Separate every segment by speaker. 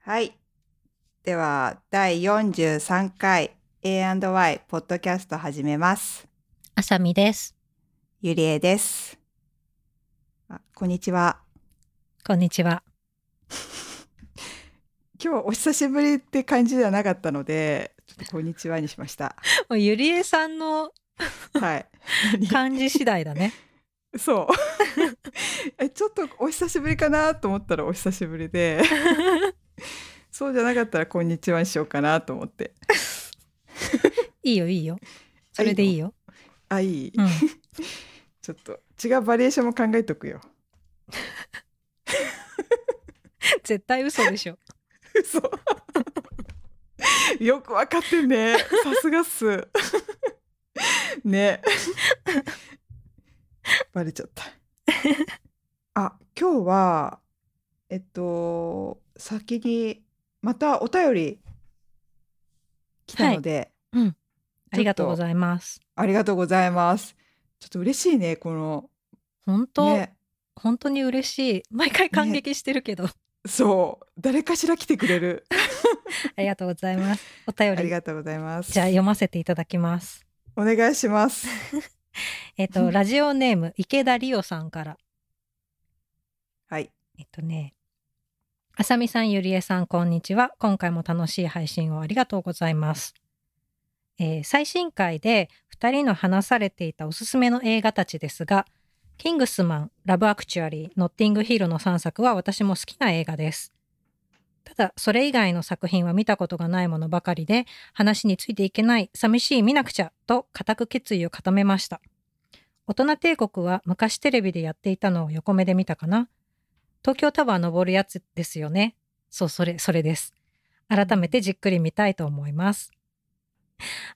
Speaker 1: はい。では、第43回 A&Y ポッドキャスト始めます。
Speaker 2: あさみです。
Speaker 1: ゆりえです。あこんにちは。
Speaker 2: こんにちは。
Speaker 1: 今日お久しぶりって感じじゃなかったので、ちょっとこんにちはにしました。
Speaker 2: もうゆりえさんの
Speaker 1: はい。
Speaker 2: 感じ次第だね。
Speaker 1: そう。 えちょっとお久しぶりかなと思ったらお久しぶりで、そうじゃなかったらこんにちはにしようかなと思って。
Speaker 2: いいよいいよ。それでいいよ。
Speaker 1: あ、いい。
Speaker 2: うん。
Speaker 1: ちょっと違うバリエーションも考えとくよ。
Speaker 2: 絶対嘘でしょ。
Speaker 1: 嘘よくわかってんねさすがっすねバレちゃったあ今日はえっと先にまたお便り来たので、
Speaker 2: うん。 ありがとうございます。
Speaker 1: ありがとうございますちょっと嬉しいねこの
Speaker 2: 本当、
Speaker 1: ね
Speaker 2: 本当に嬉しい。毎回感激してるけど。
Speaker 1: そう誰かしら来てくれる
Speaker 2: ありがとうござい ます。お便
Speaker 1: あり
Speaker 2: り。
Speaker 1: がとうございます
Speaker 2: じゃあ読ませていただきます。
Speaker 1: お願いします
Speaker 2: えっ、と、ラジオネーム池田理央さんから。
Speaker 1: はい
Speaker 2: えっとね。あさみさん、ゆりえさん、こんにちは。今回も楽しい配信をありがとうございます。えー最新回で2人の話されていたおすすめの映画たちですが、キングスマン、ラブアクチュアリー、ノッティングヒールの3作は私も好きな映画です。ただ、それ以外の作品は見たことがないものばかりで、話についていけない、寂しい見なくちゃと固く決意を固めました。大人帝国は昔テレビでやっていたのを横目で見たかな東京タワー登るやつですよね。そう、それ、それです。改めてじっくり見たいと思います。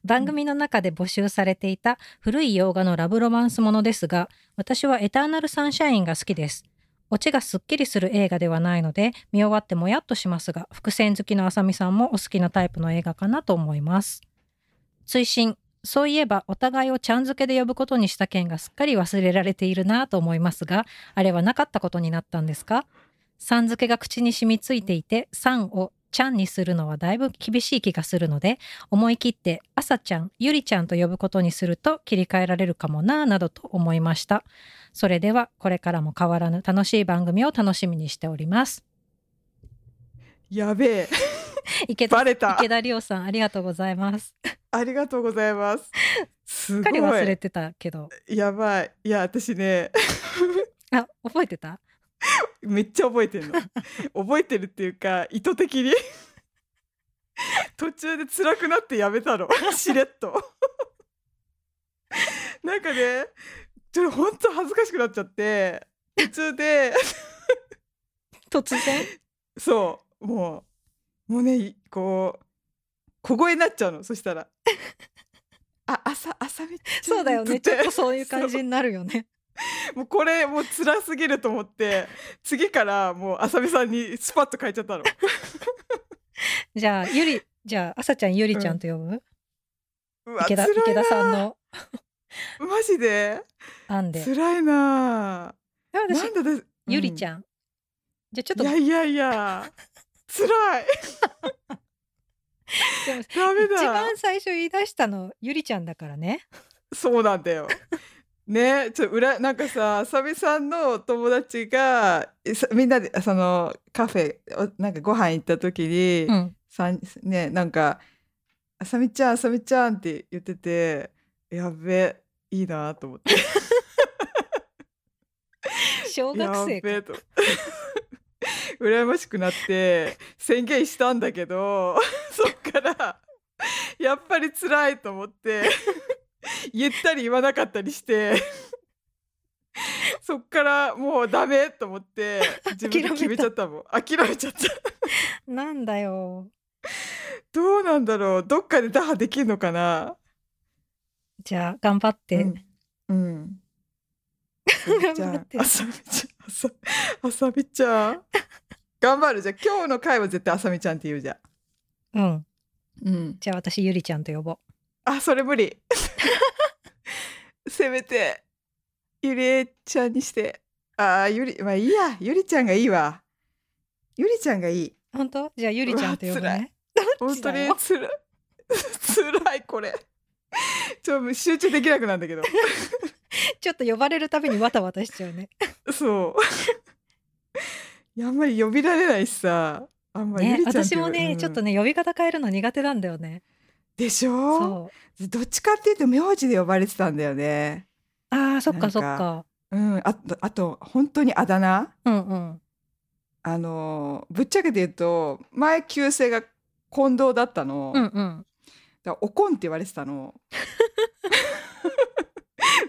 Speaker 2: 番組の中で募集されていた古い洋画のラブロマンスものですが、私はエターナルサンシャインが好きです。オチがすっきりする映画ではないので、見終わってもやっとしますが、伏線好きのあさみさんもお好きなタイプの映画かなと思います。追伸そういえば、お互いをちゃん付けで呼ぶことにした件がすっかり忘れられているなと思いますが、あれはなかったことになったんですかさん付けが口に染みついていて、さんをちゃんにするのはだいぶ厳しい気がするので、思い切って、あさちゃん、ゆりちゃんと呼ぶことにすると切り替えられるかもなぁなどと思いました。それでは、これからも変わらぬ楽しい番組を楽しみにしております。
Speaker 1: やべえ
Speaker 2: 池田
Speaker 1: バレた
Speaker 2: 池田理央さん、ありがとうございます。
Speaker 1: ありがとうございます。す
Speaker 2: すっ
Speaker 1: ご
Speaker 2: か
Speaker 1: い
Speaker 2: り忘れてたけど。
Speaker 1: やばい。いや私ね
Speaker 2: あ、覚えてた
Speaker 1: めっちゃ覚えて るの。覚えてるっていうか意図的に途中で辛くなってやめ たのしれっと。なんかねちょっと本当恥ずかしくなっちゃって途中で
Speaker 2: 突然
Speaker 1: そうもうもうねいこう小声になっちゃうのそした ら。あ朝朝み
Speaker 2: そうだよね。ちょっとそういう感
Speaker 1: そう
Speaker 2: じになるよね。
Speaker 1: もうこれもう辛すぎると思って次からもうあさみさんにスパッと変えちゃ ったの
Speaker 2: じゃあ、ゆり、じゃあ、あさちゃん、ゆりちゃんと呼ぶ、
Speaker 1: うわ
Speaker 2: 池田
Speaker 1: 辛いな
Speaker 2: 池田さんの
Speaker 1: マジで
Speaker 2: 案で。
Speaker 1: 辛いな
Speaker 2: で私
Speaker 1: なんでだ
Speaker 2: ゆりち
Speaker 1: ゃん、
Speaker 2: ゃん。じゃあちょっ
Speaker 1: い
Speaker 2: と
Speaker 1: やいやい や辛い
Speaker 2: でも
Speaker 1: ダメ
Speaker 2: 一
Speaker 1: だ
Speaker 2: 番最初言い出したのゆりちゃんだからね。
Speaker 1: そうなんだよねちょ裏なんかさあさみさんの友達がえさみんなでそのカフェおなんかご飯行った時に、
Speaker 2: うん。
Speaker 1: さんねなんか「あさみちゃんあさみちゃん」って言っててやべえいいなと思って
Speaker 2: 小
Speaker 1: や
Speaker 2: 学生
Speaker 1: べえ
Speaker 2: か。
Speaker 1: と 羨ましくなって宣言したんだけど そっからやっぱり辛いと思って言ったり言わなかったりして そっからもうダメと思って自分で決めちゃったもん諦めちゃった
Speaker 2: なんだよ。
Speaker 1: どうなんだろうどっかで打破できるのかな
Speaker 2: じゃあ頑張って。
Speaker 1: うん、うん、じゃ
Speaker 2: 頑張って
Speaker 1: ああさみちゃんあさあさみちゃん頑張るじゃあ今日の回は絶対あさみちゃんって言うじゃん
Speaker 2: うん。
Speaker 1: うん
Speaker 2: じゃあ私ゆりちゃんと呼ぼ
Speaker 1: あそれ無理 せめてゆりえちゃんにしてあーゆりまあいいやゆりちゃんがいいわゆりちゃんがいい
Speaker 2: 本当じゃあゆりちゃんと呼ぶ
Speaker 1: うわ辛
Speaker 2: ね。
Speaker 1: 本当
Speaker 2: 違う
Speaker 1: に
Speaker 2: よ
Speaker 1: つ ら辛いこれちょっと集中できなくなるんだけど
Speaker 2: ちょっと呼ばれるたびにわたわたしちゃうね。
Speaker 1: そう いやあんまり呼びられないしさあんまり、
Speaker 2: ね
Speaker 1: ゆりちゃん
Speaker 2: 私
Speaker 1: いう
Speaker 2: もね、
Speaker 1: うん
Speaker 2: ちょっとね呼び方変えるの苦手なんだよね。
Speaker 1: でしょ
Speaker 2: そう。
Speaker 1: どっちかっていうと名字で呼ばれてたんだよね
Speaker 2: ああそっ
Speaker 1: な
Speaker 2: か
Speaker 1: んか
Speaker 2: そっか。
Speaker 1: うんあとあと本当にあだ名
Speaker 2: うんうん。
Speaker 1: あのーぶっちゃけて言うと前旧姓が近藤だったの、
Speaker 2: うんうん。
Speaker 1: だからおこんって言われてた の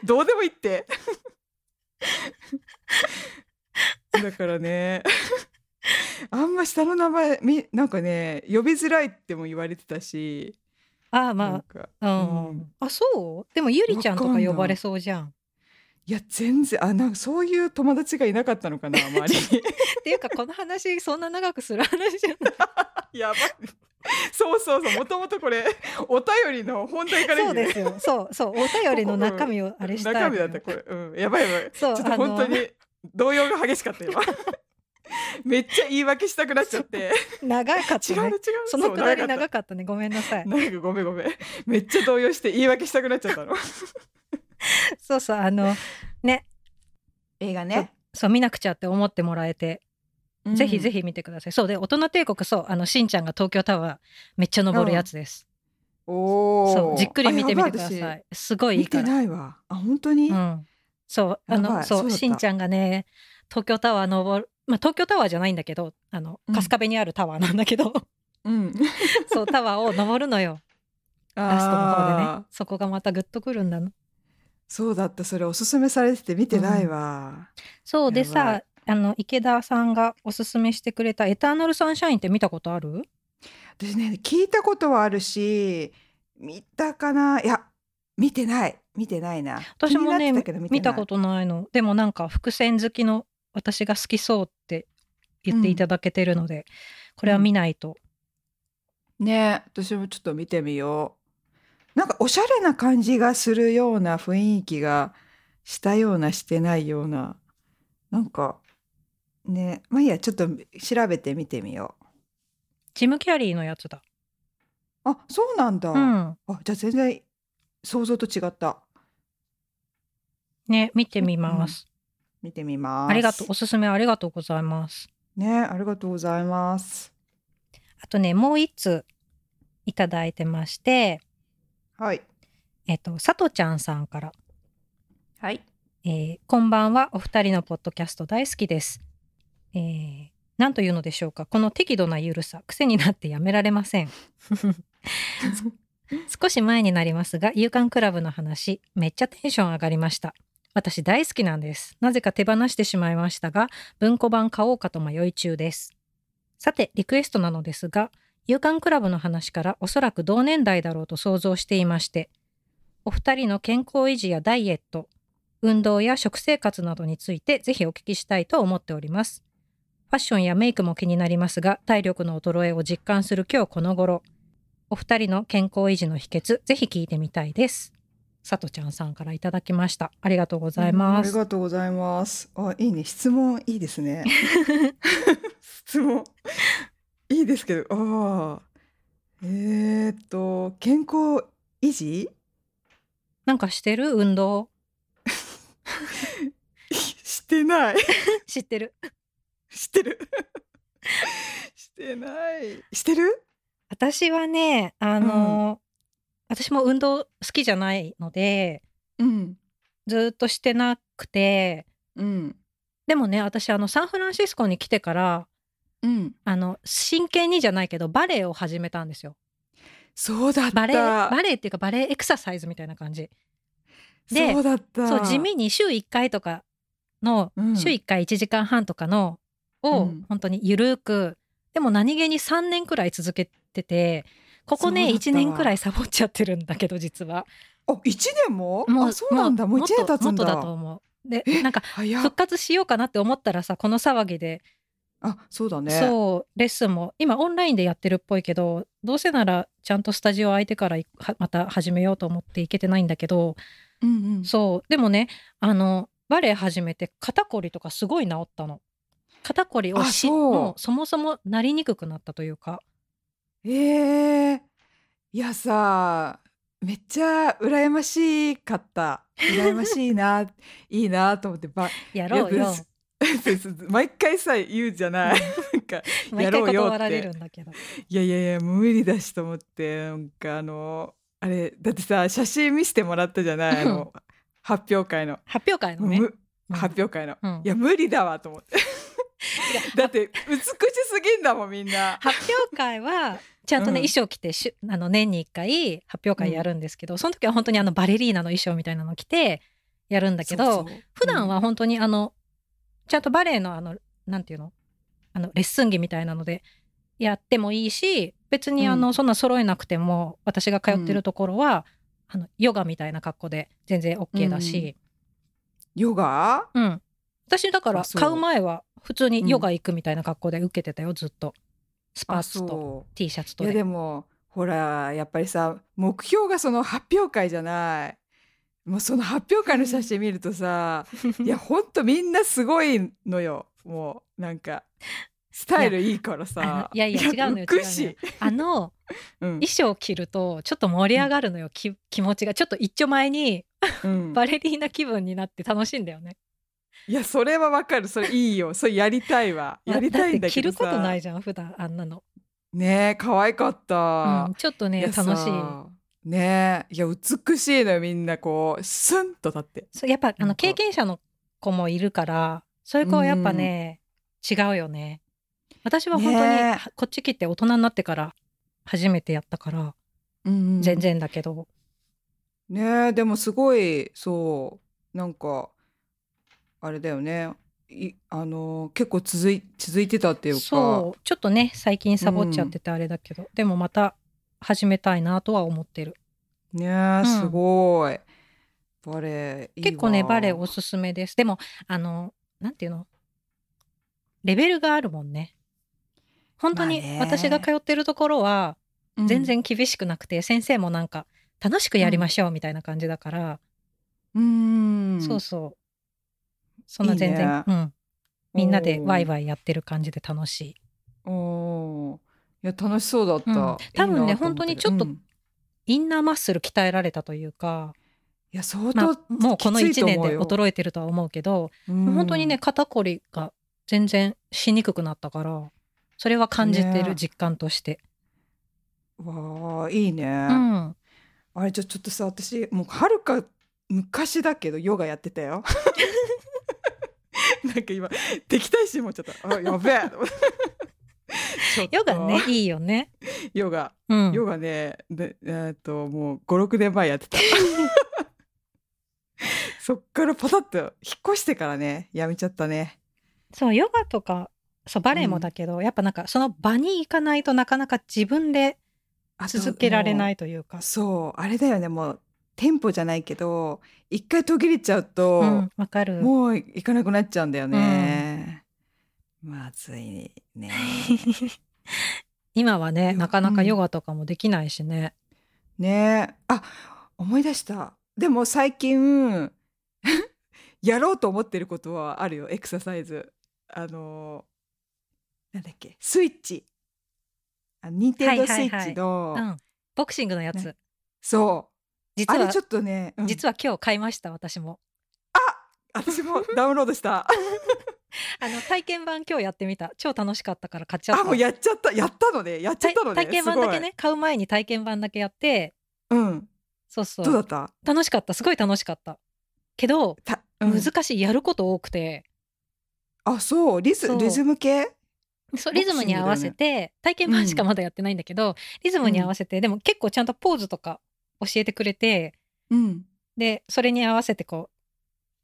Speaker 1: どうでもいい ってだからねあんま下の名前みなんかね呼びづらいっても言われてたし
Speaker 2: あ
Speaker 1: な
Speaker 2: あ
Speaker 1: ん
Speaker 2: ま
Speaker 1: か
Speaker 2: あ、うん、
Speaker 1: うん
Speaker 2: あそう。でもゆりちゃんと
Speaker 1: わかん
Speaker 2: か
Speaker 1: ない
Speaker 2: 呼ばれそうじゃん。
Speaker 1: いや全然あなんかそういう友達がいなかったのかな周 り
Speaker 2: っていうかこの話そんな長くする話じゃない。
Speaker 1: にやばいそうそうそうもともとこれお便りの本題からいい
Speaker 2: そ
Speaker 1: よ
Speaker 2: う
Speaker 1: ね
Speaker 2: ですよ。そうそうお便りの中 身をあれしたい。
Speaker 1: 中身だったこれ、うん、やばいやばい
Speaker 2: そう
Speaker 1: ちょっと本当
Speaker 2: あ
Speaker 1: に動揺が激しかった 今めっちゃ言い訳したくなっちゃって
Speaker 2: の長かっ
Speaker 1: 違
Speaker 2: た
Speaker 1: うの違
Speaker 2: ね
Speaker 1: う。
Speaker 2: そのくだり
Speaker 1: そう
Speaker 2: 長かったね。ごめんなさい。
Speaker 1: なんかごめんごめんめっちゃ動揺して言い訳したくなっちゃったの
Speaker 2: そうそうあの
Speaker 1: 映画
Speaker 2: ね、そう見なくちゃって思ってもらえて、ぜひぜ
Speaker 1: ひ
Speaker 2: ひ見てください。そうで大人帝国そうあのしんちゃんが東京タワーめっちゃ登るやつです。
Speaker 1: お
Speaker 2: そ
Speaker 1: お
Speaker 2: うじっくり見てみてください。すごいいい
Speaker 1: 見
Speaker 2: か
Speaker 1: て
Speaker 2: ら。
Speaker 1: ないわあ本当に、
Speaker 2: うん、そうあ
Speaker 1: やば
Speaker 2: の
Speaker 1: い
Speaker 2: そ
Speaker 1: そううだった
Speaker 2: しんちゃんがね東京タワー登るまあ東京タワーじゃないんだけどあの
Speaker 1: うん
Speaker 2: 春日部にあるタワーなんだけど、
Speaker 1: うん、
Speaker 2: そうタワーを登るのよラストの方でね
Speaker 1: あー
Speaker 2: そこがまたグッとくるんだな
Speaker 1: そうだったそれおすすめされてて見てないわ、
Speaker 2: そうで
Speaker 1: やば
Speaker 2: さ
Speaker 1: い
Speaker 2: あの池田さんがおすすめしてくれた「エターナルサンシャイン」って見たことある
Speaker 1: 私ね聞いたことはあるし見たかないや見てない見てないな
Speaker 2: 私も
Speaker 1: 気
Speaker 2: ね
Speaker 1: になってたけど見てない
Speaker 2: 見たことないのでもなんか伏線好きの私が好きそうって言っていただけてるので、これは見ないと、
Speaker 1: ね私もちょっと見てみようなんかおしゃれな感じがするような雰囲気がしたようなしてないようななんかねまあいいやちょっと調べてみてみよ
Speaker 2: ジム・キャリーのやつだ
Speaker 1: うあそうなんだ、
Speaker 2: うん
Speaker 1: あじゃあ全然想像と違った
Speaker 2: ね見てみます、
Speaker 1: 見てみます
Speaker 2: ありがとうおすすめありがとうございます
Speaker 1: ねありがとうございます
Speaker 2: あとねもう一通いただいてまして
Speaker 1: はい
Speaker 2: えっ、とさとちゃんさんから
Speaker 1: はい
Speaker 2: えーこんばんはお二人のポッドキャスト大好きです、えーなんというのでしょうかこの適度なゆるさ癖になってやめられません少し前になりますが夕刊クラブの話めっちゃテンション上がりました私大好きなんですなぜか手放してしまいましたが文庫版買おうかと迷い中ですさてリクエストなのですが夕刊クラブの話からおそらく同年代だろうと想像していましてお二人の健康維持やダイエット運動や食生活などについてぜひお聞きしたいと思っております。ファッションやメイクも気になりますが、体力の衰えを実感する今日この頃、お二人の健康維持の秘訣、ぜひ聞いてみたいです。さとちゃんさんからいただきました。ありがとうございま
Speaker 1: あ
Speaker 2: す
Speaker 1: り。がとうございます。あ、いいね。質問いいです ね。質問いいですけど、ああ、えー、っと健康維持
Speaker 2: なんかしてる運動
Speaker 1: してない。
Speaker 2: 知ってる
Speaker 1: してる。してない。してる？
Speaker 2: 私はね、あのー私も運動好きじゃないので、
Speaker 1: うん
Speaker 2: ずーっとしてなくて、
Speaker 1: うん
Speaker 2: でもね、私あのサンフランシスコに来てから、
Speaker 1: うん。
Speaker 2: あの真剣にじゃないけどバレエを始めたんですよ
Speaker 1: そうだった。
Speaker 2: バレエバレエっていうかバレエエクササイズみたいな感じで
Speaker 1: そうだった。
Speaker 2: そう地味に週1回とかの、
Speaker 1: うん
Speaker 2: 週1回1時間半とかのを、
Speaker 1: うん
Speaker 2: 本当にゆるくでも何気に3年くらい続けててここね
Speaker 1: そうだった
Speaker 2: 1年くらいサボっちゃってるんだけど実は
Speaker 1: あ、一年も？あ、そうなんだ。もう
Speaker 2: もっ
Speaker 1: 一
Speaker 2: と
Speaker 1: 年経つんだ。
Speaker 2: もっとだと思うで
Speaker 1: え
Speaker 2: なんか
Speaker 1: 早っ
Speaker 2: 復。活しようかなって思ったらさこの騒ぎで
Speaker 1: あ、そうだね。
Speaker 2: そうレッスンも今オンラインでやってるっぽいけどどうせならちゃんとスタジオ空いてからいはまた始めようと思って行けてないんだけど
Speaker 1: うんうん。
Speaker 2: そうでもねあのバレエ始めて肩こりとかすごい治ったの肩こりをし
Speaker 1: あそう
Speaker 2: もうそもそもなりにくくなったというか
Speaker 1: えー、いやさめっちゃ羨ましかった羨ましいな いいなと思ってば
Speaker 2: やろう
Speaker 1: いや
Speaker 2: よ
Speaker 1: 別に毎回さ言うじゃ ないなんか
Speaker 2: 毎
Speaker 1: や
Speaker 2: 回
Speaker 1: ろうよって
Speaker 2: 断られるんだけど
Speaker 1: いやいやいやもう無理だしと思ってなんかあのあれだってさ写真見せてもらったじゃないあの発表会の、
Speaker 2: 発表会のね、
Speaker 1: む
Speaker 2: うん
Speaker 1: 発表会の、
Speaker 2: うん
Speaker 1: いや無理だわと思 って
Speaker 2: や
Speaker 1: だって美しすぎんだもんみん な
Speaker 2: 発表会はちゃんとね、
Speaker 1: うん
Speaker 2: 衣装着てしゅあの年に1回発表会やるんですけど、その時は本当にあのバレリーナの衣装みたいなの着てやるんだけど
Speaker 1: そうそう
Speaker 2: 普段は本当にあのちゃんとバレエのあのなんていうのあのレッスン着みたいなのでやってもいいし別にあの、
Speaker 1: う
Speaker 2: そんな揃えなくても私が通ってるところは、あのヨガみたいな格好で全然 OK だし、
Speaker 1: ヨガ
Speaker 2: うん私だから
Speaker 1: あそう
Speaker 2: 買う前は普通にヨガ行くみたいな格好で受けてたよずっとスパ
Speaker 1: あ
Speaker 2: ーツと
Speaker 1: そう
Speaker 2: T シャツと
Speaker 1: いや
Speaker 2: で
Speaker 1: でもほらやっぱりさ目標がその発表会じゃないもうその発表会の写真見るとさい やほんとみんなすごいのよもうなんかスタイルいいからさ
Speaker 2: いやいや違うのよ
Speaker 1: 美しい
Speaker 2: 違うあの
Speaker 1: うん
Speaker 2: 衣装着るとちょっと盛り上がるのよ、き気持ちがちょっと一丁前に
Speaker 1: うん
Speaker 2: バレリーナ気分になって楽しいんだよね。
Speaker 1: いやそれはわかるそれいいよそれやりたいわやりたいんだけど
Speaker 2: って着ることな
Speaker 1: さ
Speaker 2: いじゃん普段あんなの、
Speaker 1: ねえ可愛かった、
Speaker 2: うん、ちょっと
Speaker 1: い
Speaker 2: ね
Speaker 1: や
Speaker 2: 楽
Speaker 1: さ
Speaker 2: しい
Speaker 1: ねえいや美しいのよみんなこうスンと立って
Speaker 2: そうやっぱあ
Speaker 1: な
Speaker 2: の
Speaker 1: んか
Speaker 2: 経験者の子もいるからそういう子はやっぱね、違うよね私は本当に、
Speaker 1: ね
Speaker 2: はこっち来て大人になってから初めてやったから全然だけど、
Speaker 1: ねえでもすごいそうなんかあれだよねいあの結構続い続いてたっていうか
Speaker 2: そうちょっとね最近サボっちゃっててあれだけど、でもまた始めたいなとは思ってる
Speaker 1: ねえ、
Speaker 2: ん
Speaker 1: すごいバレエいいわ
Speaker 2: 結構ねバレエおすすめですでもあのなんていうのレベルがあるもんね本当に
Speaker 1: まあね
Speaker 2: 私が通ってるところは
Speaker 1: うん
Speaker 2: 全然厳しくなくて、先生もなんか楽しくやりましょうみたいな感じだから、
Speaker 1: うん
Speaker 2: そうそうそんな全然
Speaker 1: いいね
Speaker 2: うん、みんなでワイ
Speaker 1: イ
Speaker 2: ワイやってる感じで楽しい
Speaker 1: おーおーいや楽しそうだった、
Speaker 2: うん多分
Speaker 1: いいなと
Speaker 2: ね
Speaker 1: 思たけど
Speaker 2: 本当にちょっと
Speaker 1: うんい
Speaker 2: インナーマッスル鍛えられたというか、
Speaker 1: や相
Speaker 2: ま
Speaker 1: 当、
Speaker 2: あ、もうこの
Speaker 1: きついと
Speaker 2: 1年
Speaker 1: 思う
Speaker 2: で
Speaker 1: よ
Speaker 2: 衰えてるとは思うけど
Speaker 1: うん
Speaker 2: 本当にね肩こりが全然しにくくなったからそれは感じてる
Speaker 1: ね
Speaker 2: 実感として、
Speaker 1: わあいいね、
Speaker 2: うん
Speaker 1: あれじゃあちょっとさ私もうはるか昔だけどヨガやってた よ。なんか今敵対心持っちゃった。あやべえ。ちょっと
Speaker 2: ヨガね。いいよね
Speaker 1: ヨガ
Speaker 2: うん
Speaker 1: ヨガねでえーっともう五六年前やって た。そっからパタッと引っ越してからねやめちゃったね。
Speaker 2: そうヨガとかそうバレエもだけど、やっぱなんかその場に行かないとなかなか自分で
Speaker 1: あと
Speaker 2: 続けられない
Speaker 1: も
Speaker 2: というか
Speaker 1: う。そうあれだよねもうテンポじゃないけど一回途切れちゃうと。
Speaker 2: うん、わかる。
Speaker 1: もう行かなくなっちゃうんだよね。まずい ね。
Speaker 2: 今はね、
Speaker 1: よ
Speaker 2: なかなかヨガとかもできないしね。
Speaker 1: ねえ。あ、思い出した。でも最近、 やろうと思ってることはあるよ、エクササイズ。あの、なんだっけ、スイッチ。あニンテンドースイッチの、
Speaker 2: うん、ボクシングのやつ
Speaker 1: ね。そ
Speaker 2: 実
Speaker 1: う。あ
Speaker 2: は
Speaker 1: れちょっとね、うん
Speaker 2: 実は今日買いました私も。
Speaker 1: 私もダウンロードした。
Speaker 2: あの体験版今日やってみた。超楽しかったから買っちゃった。
Speaker 1: あ、もうやっちゃった。やったのね。やっちゃったのね。
Speaker 2: 体体験版だけ
Speaker 1: す
Speaker 2: ね買う前に体験版だけやって、
Speaker 1: ごい。うん。
Speaker 2: そうそ
Speaker 1: どうだ
Speaker 2: う
Speaker 1: った
Speaker 2: 楽しかったすごい楽しかった。けど、
Speaker 1: た、うん
Speaker 2: 難しいやること多くて。
Speaker 1: あ、そう。リズ
Speaker 2: そう
Speaker 1: リズム系
Speaker 2: そう
Speaker 1: ボ
Speaker 2: リ
Speaker 1: クシン
Speaker 2: ズ
Speaker 1: グ
Speaker 2: ムに合わせて、体験
Speaker 1: うん
Speaker 2: 版しかまだやってないんだけど、リズムに合わせて、でも結構ちゃんとポーズとか教えてくれて
Speaker 1: うん。
Speaker 2: でそれに合わせてこう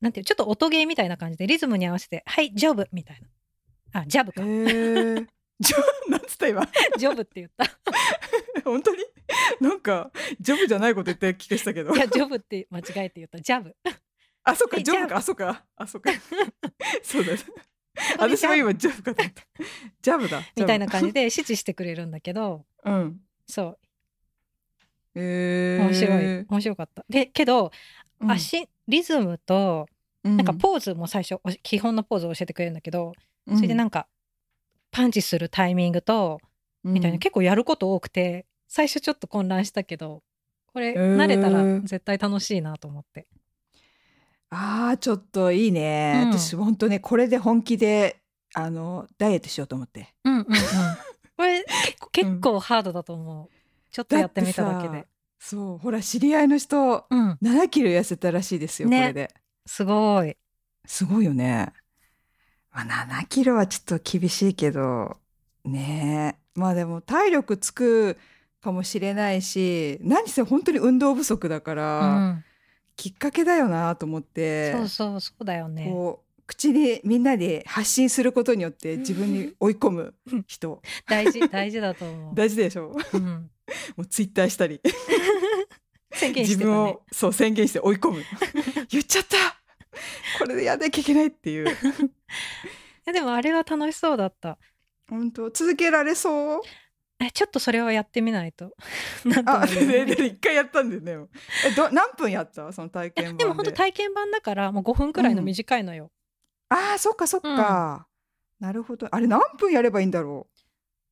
Speaker 2: なんていうちょっと音ゲーみたいな感じでリズムに合わせて「はいジョブ」みたいなあジャブ
Speaker 1: へえ。
Speaker 2: か
Speaker 1: じゃなんつった今
Speaker 2: ジョブって言った
Speaker 1: 本当になんかジョブじゃないこと言って気がしたけど
Speaker 2: いやジョブって間違えて言ったジャブ
Speaker 1: あそっ
Speaker 2: は
Speaker 1: か
Speaker 2: い
Speaker 1: ジョブ
Speaker 2: ジャ
Speaker 1: かあそっかあ そっかそうだね
Speaker 2: これ
Speaker 1: 私も今ジョブかと思ったジャブだ
Speaker 2: みたいな感
Speaker 1: じ
Speaker 2: じで指示してくれるんだけど
Speaker 1: うん
Speaker 2: そ
Speaker 1: へ
Speaker 2: う
Speaker 1: え
Speaker 2: 面白い面白かった。でけど、足リズムと
Speaker 1: な
Speaker 2: なんかポーズも最初お基本のポーズを教えてくれるんだけどそれでなん
Speaker 1: か、
Speaker 2: んかパンチするタイミングとみたいな、結構やること多くて最初ちょっと混乱したけどこ
Speaker 1: へ
Speaker 2: れ
Speaker 1: ー
Speaker 2: 慣れたら絶対楽しいなと思って。
Speaker 1: ああちょっといいね、
Speaker 2: うん
Speaker 1: 私本当ねこれで本気であのダイエットしようと思って
Speaker 2: うんうんうん、 これ結構ハードだと思う。ちょっとやってみただけ
Speaker 1: だっ
Speaker 2: で
Speaker 1: て。そうほら知り合いの人
Speaker 2: うん、
Speaker 1: 7キロ痩せたらしいですよ、
Speaker 2: ね
Speaker 1: これです
Speaker 2: ごい。
Speaker 1: すごいよね、まあ、7キロはちょっと厳しいけどねえまあでも体力つくかもしれないし何せ本当に運動不足だか
Speaker 2: う
Speaker 1: ら、
Speaker 2: ん、
Speaker 1: きっかけだよなと思って
Speaker 2: そうそうそうだよね。
Speaker 1: こう口にみんなで発信することによって自分に追い込む人
Speaker 2: 大事大事だと 思う。
Speaker 1: 大事でしょ
Speaker 2: うん、
Speaker 1: もうツイッターしたり
Speaker 2: 宣言し
Speaker 1: 自
Speaker 2: てた
Speaker 1: 分
Speaker 2: ね
Speaker 1: を。そう宣言して追い込 む言っちゃったこれでやんなきゃいけないっていう
Speaker 2: いやでもあれは楽しそうだった。
Speaker 1: 本当続けられそう
Speaker 2: えちょっとそれはやってみないと。 なんとも
Speaker 1: あ
Speaker 2: 言え
Speaker 1: で
Speaker 2: ない
Speaker 1: で一回やったんだよねえど何分やったその体験版で
Speaker 2: でも本当体験版だからもう5分くらいの短いのよ。
Speaker 1: あーそっかそっか、なるほどあれ何分やればいいんだろ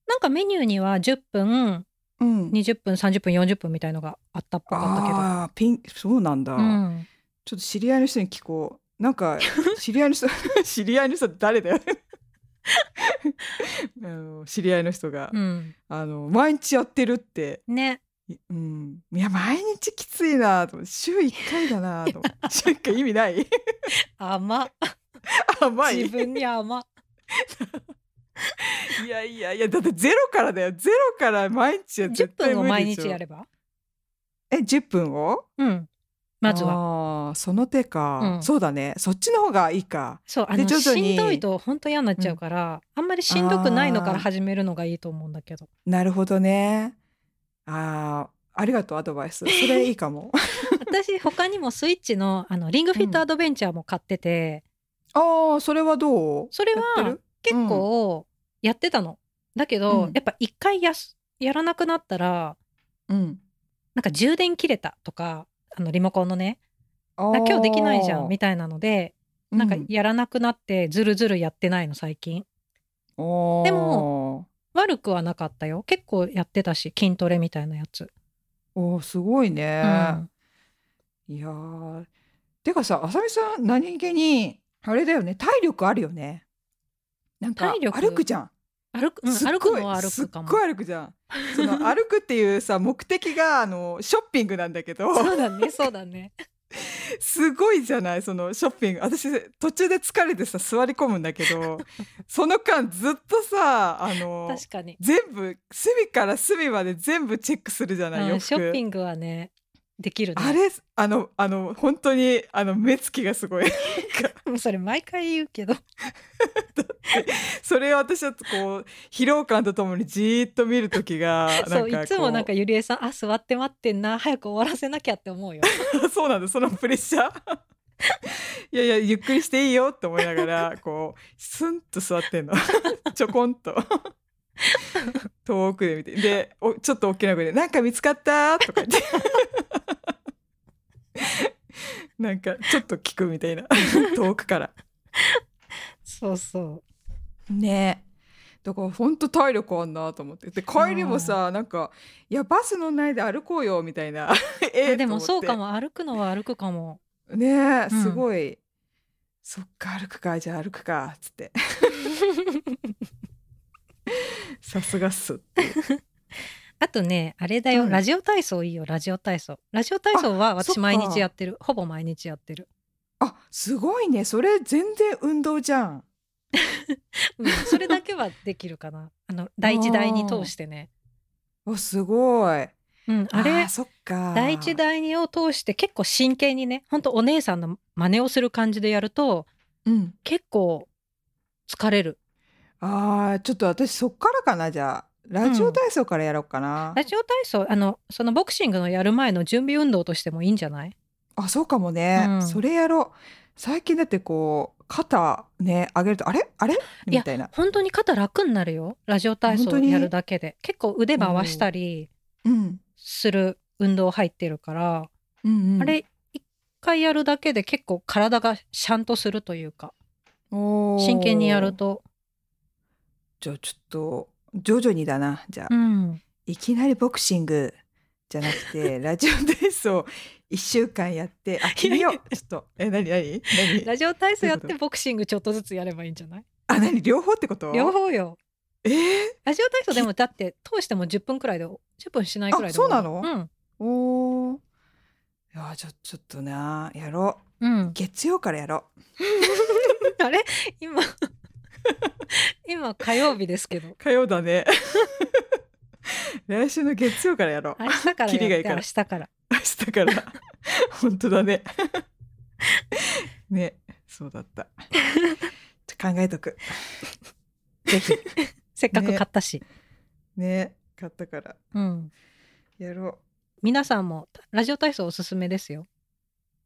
Speaker 2: なんかメニューには10分
Speaker 1: ううん
Speaker 2: 20分30分40分みたいのがあったっぽかったけど。
Speaker 1: あーピンそうなんだ、
Speaker 2: うん、
Speaker 1: ちょっと知り合いの人に聞こう。なん か知り合いの人知り合いの人誰だよ あの知り合いの人が、
Speaker 2: うん、
Speaker 1: あの毎日やってるって、
Speaker 2: ね
Speaker 1: いうん、いや毎日きついなと思って週1回だなと思って週1回意味ない
Speaker 2: 甘
Speaker 1: 甘い
Speaker 2: 自分に甘
Speaker 1: いやいやいやだってゼロからだよゼロから毎日は
Speaker 2: 10
Speaker 1: 絶対
Speaker 2: 分を
Speaker 1: 無
Speaker 2: 毎
Speaker 1: 理でしょ
Speaker 2: 日やれば
Speaker 1: え10分を
Speaker 2: うんまずは
Speaker 1: はその手か、
Speaker 2: うん
Speaker 1: そうだねそっちの方がいいか
Speaker 2: そうあ
Speaker 1: で
Speaker 2: の
Speaker 1: 徐々に
Speaker 2: しんどいと本当嫌になっちゃうから、あんまりしんどくないのから始めるのがいいと思うんだ けど
Speaker 1: なるほどねあーありがとうアドバ イスそれいいかも
Speaker 2: 私他にもスイッチのあのリングフィットアドベンチャーも買ってて、
Speaker 1: ああそれはどう
Speaker 2: それは
Speaker 1: やってる
Speaker 2: 結構やってたの、だけ
Speaker 1: う
Speaker 2: ど、
Speaker 1: ん
Speaker 2: やっぱ一回やすやらなくなったら
Speaker 1: うん
Speaker 2: なんか充電切れたとかあのリモコンのねあ今日できないじゃんみたいなのでなんかやらなくなってずるずるやってないの最近で
Speaker 1: も
Speaker 2: 悪くはなかったよ結構やってたし筋トレみたいなやつ、
Speaker 1: おーすごいね
Speaker 2: う、ん
Speaker 1: いやーてかさあさみさん何気にあれだよね体力あるよねなんか
Speaker 2: 体力
Speaker 1: 歩くじゃん、
Speaker 2: 歩く、うん
Speaker 1: すっ
Speaker 2: 歩
Speaker 1: ご
Speaker 2: く
Speaker 1: い
Speaker 2: のは歩
Speaker 1: すっ
Speaker 2: くかも
Speaker 1: ごい歩くじゃんそ の歩くっていうさ目的があのショッピングなんだけど
Speaker 2: そうだねそうだ ね
Speaker 1: すごいじゃないそのショッピング私途中で疲れてさ座り込むんだけ どその間ずっとさあの
Speaker 2: 確かに、
Speaker 1: 全部隅から隅まで全部チェックするじゃない、
Speaker 2: う
Speaker 1: 洋
Speaker 2: ん、
Speaker 1: 服
Speaker 2: ショッピングはねできるね
Speaker 1: あれあのあの本当にあの目つきがすごい
Speaker 2: もうそれ毎回言うけど
Speaker 1: それを私はこう疲労感とともにじーっと見る時がな
Speaker 2: そ
Speaker 1: ん
Speaker 2: う
Speaker 1: かこ
Speaker 2: いつもなんかゆりえさんあ座って待ってんな早く終わらせなきゃって 思うよ
Speaker 1: そうなんだそのプレッシャー いやいやゆっくりしていいよって思いながらこうスンと座ってんの ちょこんと 遠くで見てでおちょっと大きな声で「なんか見つかった?」とか言って なんかちょっと聞くみたいな 遠くから
Speaker 2: そうそ
Speaker 1: ねだからほんと体力あんなと思ってで帰りもさなんか「いやバス乗んないで歩こうよ」みたいな
Speaker 2: う、
Speaker 1: ええ
Speaker 2: あでも
Speaker 1: と
Speaker 2: そ
Speaker 1: 思っ
Speaker 2: う
Speaker 1: て
Speaker 2: かも歩くのは歩くかも
Speaker 1: ねえ
Speaker 2: うん
Speaker 1: すごい、そっか歩くかじゃあ歩くかっつって さすがっす
Speaker 2: あとねあれだよ、
Speaker 1: うん
Speaker 2: ラジオ体操いいよラジオ体操ラジオ体操は
Speaker 1: そっ
Speaker 2: 私
Speaker 1: か
Speaker 2: 毎日やってるほぼ毎日やってる、
Speaker 1: あすごいねそれ全然運動じゃん
Speaker 2: うん、 それだけはできるかなあの第一第二通してね
Speaker 1: おすごい
Speaker 2: うんあれ
Speaker 1: ーそっか
Speaker 2: 第一第二を通して結構真剣にねほんとお姉さんの真似をする感じでやると
Speaker 1: うん
Speaker 2: 結構疲れる
Speaker 1: あーちょっと私そっからかなじゃあラジオ体操からやろうかな、
Speaker 2: ラジオ体操あのそのボクシングのやる前の準備運動としてもいいんじゃない
Speaker 1: あそうかもね、
Speaker 2: うん
Speaker 1: それやろう最近だってこう肩ね上げるとあれあれ
Speaker 2: いや
Speaker 1: みたいな
Speaker 2: 本当に肩楽になるよラジオ体操
Speaker 1: 本当に
Speaker 2: やるだけで結構腕回したり
Speaker 1: うん
Speaker 2: する運動入ってるから、
Speaker 1: うんうん、
Speaker 2: あれ一回やるだけで結構体がシャンとするというか
Speaker 1: おー
Speaker 2: 真剣にやると
Speaker 1: じゃあちょっと徐々にだなじゃあ、
Speaker 2: うん。
Speaker 1: いきなりボクシングじゃなくてラジオ体操1週間やってあ決めようちょっとえ何何何
Speaker 2: ラジオ体操やっ
Speaker 1: どうい
Speaker 2: て
Speaker 1: う
Speaker 2: ボクシングちょっとずつやればいいんじゃない
Speaker 1: あ何両方ってこと
Speaker 2: 両方よ。
Speaker 1: えー、
Speaker 2: ラジオ体操でもだって通しても10分くらいで10分しないくらいで終わる
Speaker 1: あそうなおーいやじゃあちょっとなやろう
Speaker 2: うん。うん。
Speaker 1: 月曜からやろう
Speaker 2: あれ今 今火曜日ですけど
Speaker 1: 火曜だね 来週の月曜からやろう
Speaker 2: 明日から
Speaker 1: キリが
Speaker 2: や
Speaker 1: い
Speaker 2: っ
Speaker 1: い
Speaker 2: て
Speaker 1: から
Speaker 2: 明日から
Speaker 1: 明日から本当だねねそうだったちょ考えとく
Speaker 2: ぜひせっかく買ったし、
Speaker 1: ね買ったから
Speaker 2: うん、
Speaker 1: やろ
Speaker 2: 皆さんもラジオ体操おすすめですよ、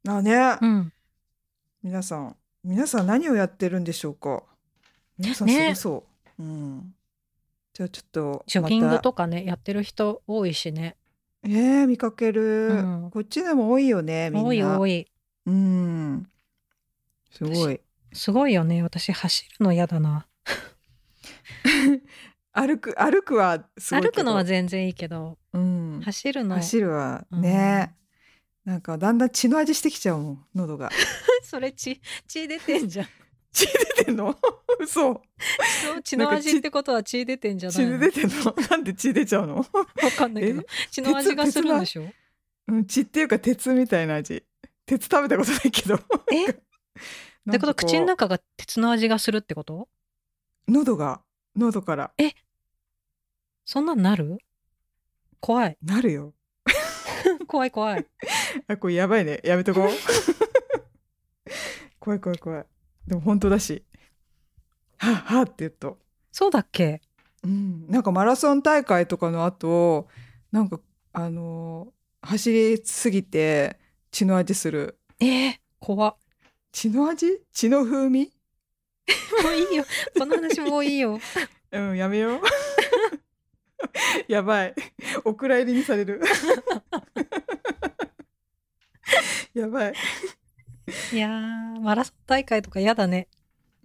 Speaker 1: うあね、
Speaker 2: うん、
Speaker 1: 皆さん皆さん何をやってるんでしょうか皆さんす
Speaker 2: ね
Speaker 1: ごそう、うんじゃあちょっと
Speaker 2: ジョギング
Speaker 1: ま
Speaker 2: とかねやってる人多いしね
Speaker 1: たえー見かける、
Speaker 2: うん
Speaker 1: こっちでも多いよねみんな
Speaker 2: 多い多い
Speaker 1: うんすごい
Speaker 2: すごいよね私走るの嫌だな
Speaker 1: 歩く歩くはすごいけ
Speaker 2: 歩
Speaker 1: ど
Speaker 2: くのは全然いいけど
Speaker 1: うん
Speaker 2: 走るの
Speaker 1: 走るはね、なんかだんだん血の味してきちゃうもん喉 が
Speaker 2: それ血血出て んじゃん
Speaker 1: 血出てん の嘘
Speaker 2: そう血の味ってことは血出てんじゃない
Speaker 1: 血
Speaker 2: の
Speaker 1: 出てんのなんで血出ちゃうの、
Speaker 2: わかんないけど血の味がするんでしょ
Speaker 1: うん、血っていうか鉄みたいな味鉄食べたことない けど
Speaker 2: えっ
Speaker 1: な
Speaker 2: て
Speaker 1: んか
Speaker 2: こ
Speaker 1: ことう
Speaker 2: 口の中が鉄の味がするってこと
Speaker 1: 喉が喉から
Speaker 2: そんなんなる怖い
Speaker 1: なるよ
Speaker 2: 怖い怖い
Speaker 1: あこれやばいねやめとこ う怖い怖い怖いでも本当だしはっはっって言うと
Speaker 2: そうだっけ
Speaker 1: うん、なんかマラソン大会とかの後なんかあのー走りすぎて血の味する
Speaker 2: えー、怖っ
Speaker 1: 血の味血の風味
Speaker 2: もういいよこの話もういいよ
Speaker 1: うんやめよう やばいお蔵入りにされる やばい
Speaker 2: いやーマラソン大会とかやだね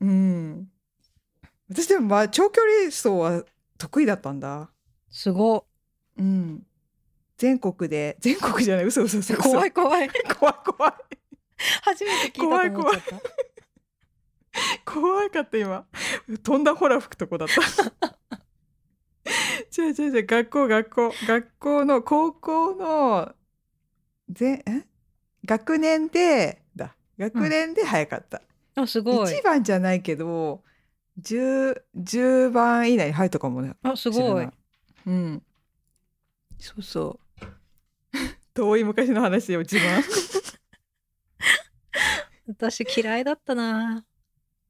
Speaker 1: うん私でもまあ長距離走は得意だったんだ
Speaker 2: すご
Speaker 1: うん全国で全国じゃない嘘嘘嘘
Speaker 2: い
Speaker 1: 嘘
Speaker 2: 怖い怖い
Speaker 1: 怖い怖い
Speaker 2: 初めて聞いたと思っちゃった
Speaker 1: 怖かった今飛んだほら吹くとこだった じゃあじゃあじゃあ学校学校学校の高校のぜえ学年でだ学年で早かった、
Speaker 2: あす
Speaker 1: 一
Speaker 2: ごい
Speaker 1: 1番じゃないけど 10, 10番以内に入ったかもね
Speaker 2: あす
Speaker 1: 知ら
Speaker 2: ご
Speaker 1: ないうんそうそう 遠い昔の話よ自慢
Speaker 2: 私嫌いだったな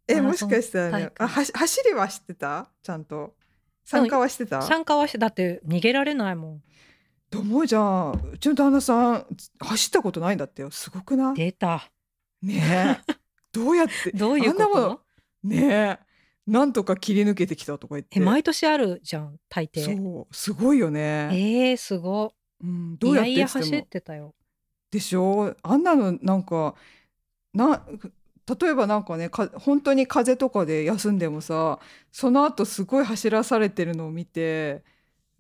Speaker 1: え
Speaker 2: マラ
Speaker 1: も
Speaker 2: ソ
Speaker 1: し
Speaker 2: ン
Speaker 1: かしたら
Speaker 2: 大
Speaker 1: ね
Speaker 2: 会
Speaker 1: あはし走りは知ってたちゃんと参加はしてた
Speaker 2: 参加はしだって逃げられないもん
Speaker 1: と思うじゃんうちの旦那さん走ったことないんだってよすごくない
Speaker 2: 出た
Speaker 1: ね えどうやって
Speaker 2: どういうこ
Speaker 1: あんなも
Speaker 2: と
Speaker 1: のねえなんとか切り抜けてきたとか言って
Speaker 2: え毎年あるじゃん大抵
Speaker 1: そうすごいよ
Speaker 2: え
Speaker 1: ね、
Speaker 2: ー、すご
Speaker 1: うん、
Speaker 2: い
Speaker 1: どうやって
Speaker 2: いやいや
Speaker 1: つっても
Speaker 2: 走ってたよ
Speaker 1: でしょあんなのなんかな例えばなんかねか本当に風邪とかで休んでもさその後すごい走らされてるのを見て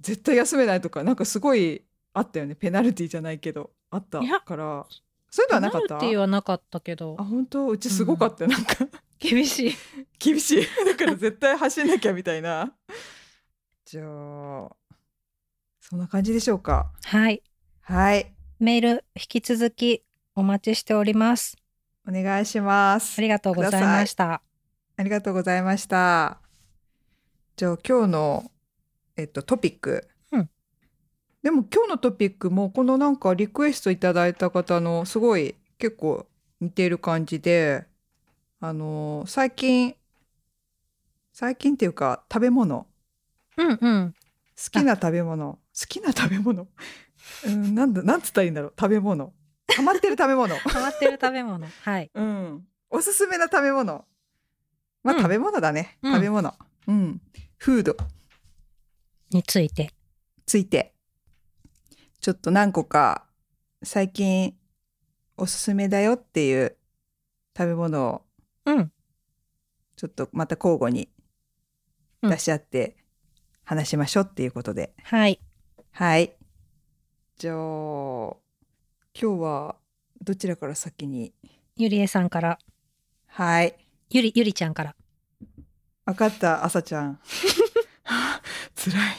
Speaker 1: 絶対休めないとかなんかすごいあったよねペナルティじゃないけどあった
Speaker 2: いや
Speaker 1: からそういうのはなかっ
Speaker 2: ペナ
Speaker 1: た
Speaker 2: ルティはなかったけど
Speaker 1: あ本当うちすごかったよ、なんか
Speaker 2: 厳しい
Speaker 1: 厳しい だから絶対走んなきゃみたいな じゃあそんな感じでしょうか
Speaker 2: はい
Speaker 1: はい
Speaker 2: メール引き続きお待ちしております
Speaker 1: お願いします
Speaker 2: ありがとうございました
Speaker 1: ありがとうございました。じゃあ今日の、えっと、トピック。
Speaker 2: うん
Speaker 1: でも今日のトピックもこのなんかリクエストいただいた方のすごい結構似ている感じであの最近最近っていうか食べ物
Speaker 2: うんうん
Speaker 1: 好きな食べ物好きな食べ物うんなんだなんつったらいいんだろう食べ物ハマってる食べ物
Speaker 2: 変わってる食べ物はい
Speaker 1: うん、おすすめな食べ物まあ、
Speaker 2: うん
Speaker 1: 食べ物だね、
Speaker 2: うん
Speaker 1: 食べ物うんフード
Speaker 2: について
Speaker 1: ついてちょっと何個か最近おすすめだよっていう食べ物を
Speaker 2: うん
Speaker 1: ちょっとまた交互に
Speaker 2: うん
Speaker 1: 出し合って話しましょうっていうことで。
Speaker 2: はい。
Speaker 1: はい。じゃあ、今日はどちらから先に
Speaker 2: ゆりえさんから、
Speaker 1: はい。
Speaker 2: ゆり、ゆりちゃんから。
Speaker 1: わかった、朝ちゃ ん。
Speaker 3: つらい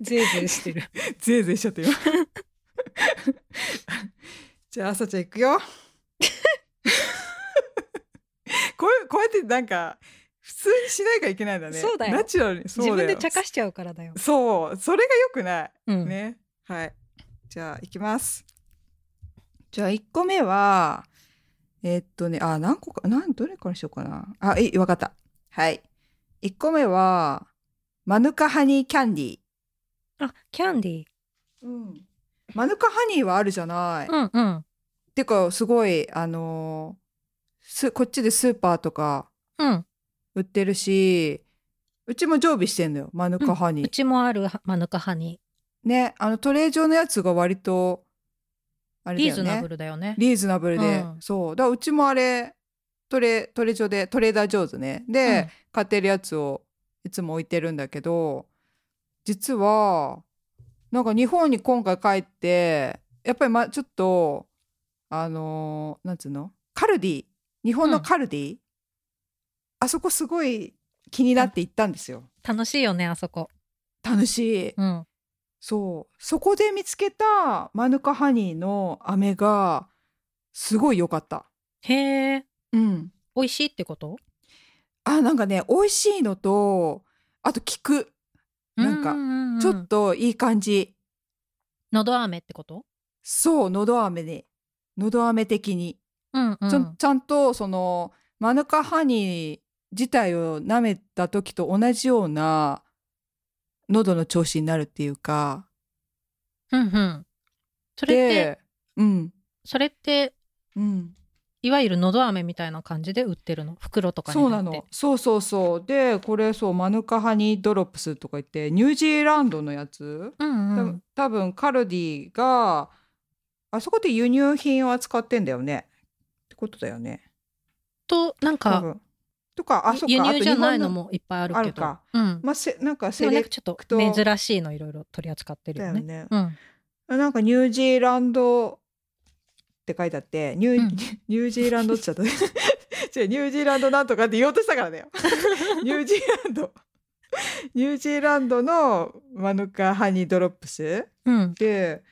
Speaker 2: ぜいぜい してる。
Speaker 3: ぜいぜいしちゃったよ
Speaker 1: じゃあ、朝ちゃん行くよ。
Speaker 3: こういうこうやってなんか普通にしないからいけないんだね
Speaker 2: そうだよ
Speaker 3: ナチュラルにそう
Speaker 2: 自
Speaker 3: だ
Speaker 2: 分
Speaker 3: よ
Speaker 2: で茶化しちゃうからだよ。
Speaker 3: そうそれが良くない、
Speaker 2: うん。
Speaker 3: ね
Speaker 1: はい。じゃあ、行きます。じゃあ、1個目は、えーっとね、あ、何個か、なんどれからしようかな。あ、いい、わかった。はい。1個目は、マヌカハニーキャンディー。
Speaker 2: あ、キャンディー。
Speaker 1: うん。マヌカハニーはあるじゃない。
Speaker 2: うんうん。
Speaker 1: てか、すごい、あのーす、こっちでスーパーとか
Speaker 2: うん。
Speaker 1: 売ってるし、うちも常備してんのよ、マヌカハニー。
Speaker 2: うちもあるはマヌカハニ
Speaker 1: ね、あのトレー状のやつが割とあ
Speaker 2: ー。
Speaker 1: れだ
Speaker 2: リ
Speaker 1: よ
Speaker 2: ー
Speaker 1: ね
Speaker 2: ズナブルだよね。
Speaker 1: リーズナブルで、
Speaker 2: うん
Speaker 1: そうだからうちもあれトレトレジョでトレーダー上手ねで、
Speaker 2: うん
Speaker 1: 買ってるやつをいつも置いてるんだけど実はなんか日本に今回帰ってやっぱり、ま、ちょっとあのーなんつうのカルディ日本
Speaker 2: う
Speaker 1: の
Speaker 2: ん
Speaker 1: カルディ、あそこすごい気になって行ったんですよ
Speaker 2: 楽しいよね、あそこ。
Speaker 1: 楽しい、
Speaker 2: うん。
Speaker 1: そうそこで見つけたマヌカハニーの飴がすごい良かった
Speaker 2: へえ。
Speaker 1: うん
Speaker 2: 美味しいってこと
Speaker 1: あなんかね美味しいのとあと効くなんか
Speaker 2: うううん
Speaker 1: ちょっといい感じ、
Speaker 2: のど飴ってこと
Speaker 1: そうのど飴でのど飴的に、
Speaker 2: うんうん。
Speaker 1: ちょちゃんとそのマヌカハニー自体を舐めた時と同じような喉の調子になるっていうか
Speaker 2: うんうん。それって、
Speaker 1: でうん
Speaker 2: それって、
Speaker 1: うん
Speaker 2: いわゆるのど飴みたいな感じで売ってるの。袋とかに
Speaker 1: そ
Speaker 2: 入
Speaker 1: う
Speaker 2: って。
Speaker 1: なの。そうそうそうでこれそうマヌカハニードロップスとか言ってニュージーランドのやつ
Speaker 2: うんう
Speaker 1: 多
Speaker 2: ん
Speaker 1: 分。多分カルディがあそこで輸入品を扱ってんだよねってことだよね
Speaker 2: と、なん
Speaker 1: 多
Speaker 2: か、
Speaker 1: 分とかあそっか
Speaker 2: 輸
Speaker 1: あと
Speaker 2: 入
Speaker 1: 日
Speaker 2: じゃ
Speaker 1: 本
Speaker 2: ないのもいっぱいある
Speaker 1: あ
Speaker 2: け
Speaker 1: る
Speaker 2: ど。
Speaker 1: か
Speaker 2: うん。
Speaker 1: まあ、せなんか
Speaker 2: で
Speaker 1: セ
Speaker 2: も
Speaker 1: レ
Speaker 2: なんか
Speaker 1: ク
Speaker 2: ちょっと
Speaker 1: ト
Speaker 2: 珍しいのいろいろ取り扱ってる
Speaker 1: だ
Speaker 2: よ
Speaker 1: よ
Speaker 2: ね。
Speaker 1: ね
Speaker 2: うん。
Speaker 1: なんかニュージーランドって書いてあってニュー、
Speaker 2: うん
Speaker 1: ニュージーランドって言っちゃった
Speaker 3: じゃあニュージーランドなんとかって言おうとしたからだ よニュージーランドニュージーランドのマヌカハニードロップス
Speaker 2: うん。
Speaker 1: で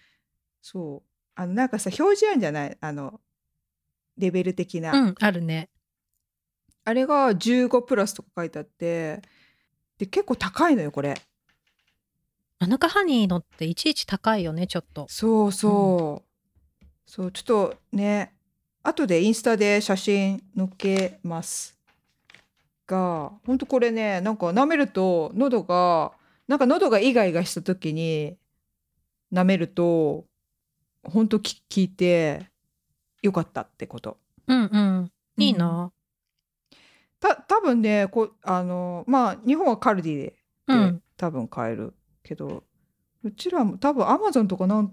Speaker 1: そうあのなんかさ表示あるんじゃないあのレベル的な、
Speaker 2: うん。あるね。
Speaker 1: あれが15プラスとか書いてあってで結構高いのよこれ
Speaker 2: マヌカハニーのっていちいち高いよね、ちょっと。
Speaker 1: そうそう、そうちょっとね後でインスタで写真載っけますがほんとこれねなんか舐めると喉がなんか喉がイガイガした時に舐めるとほんとき効いてよかったってこと
Speaker 2: うんうん。いいな。
Speaker 1: た多分ねこうあのまあ日本はカルディで
Speaker 2: う
Speaker 1: っ
Speaker 2: ん
Speaker 1: て。多分買えるけど、うちらも多分アマゾンとかなん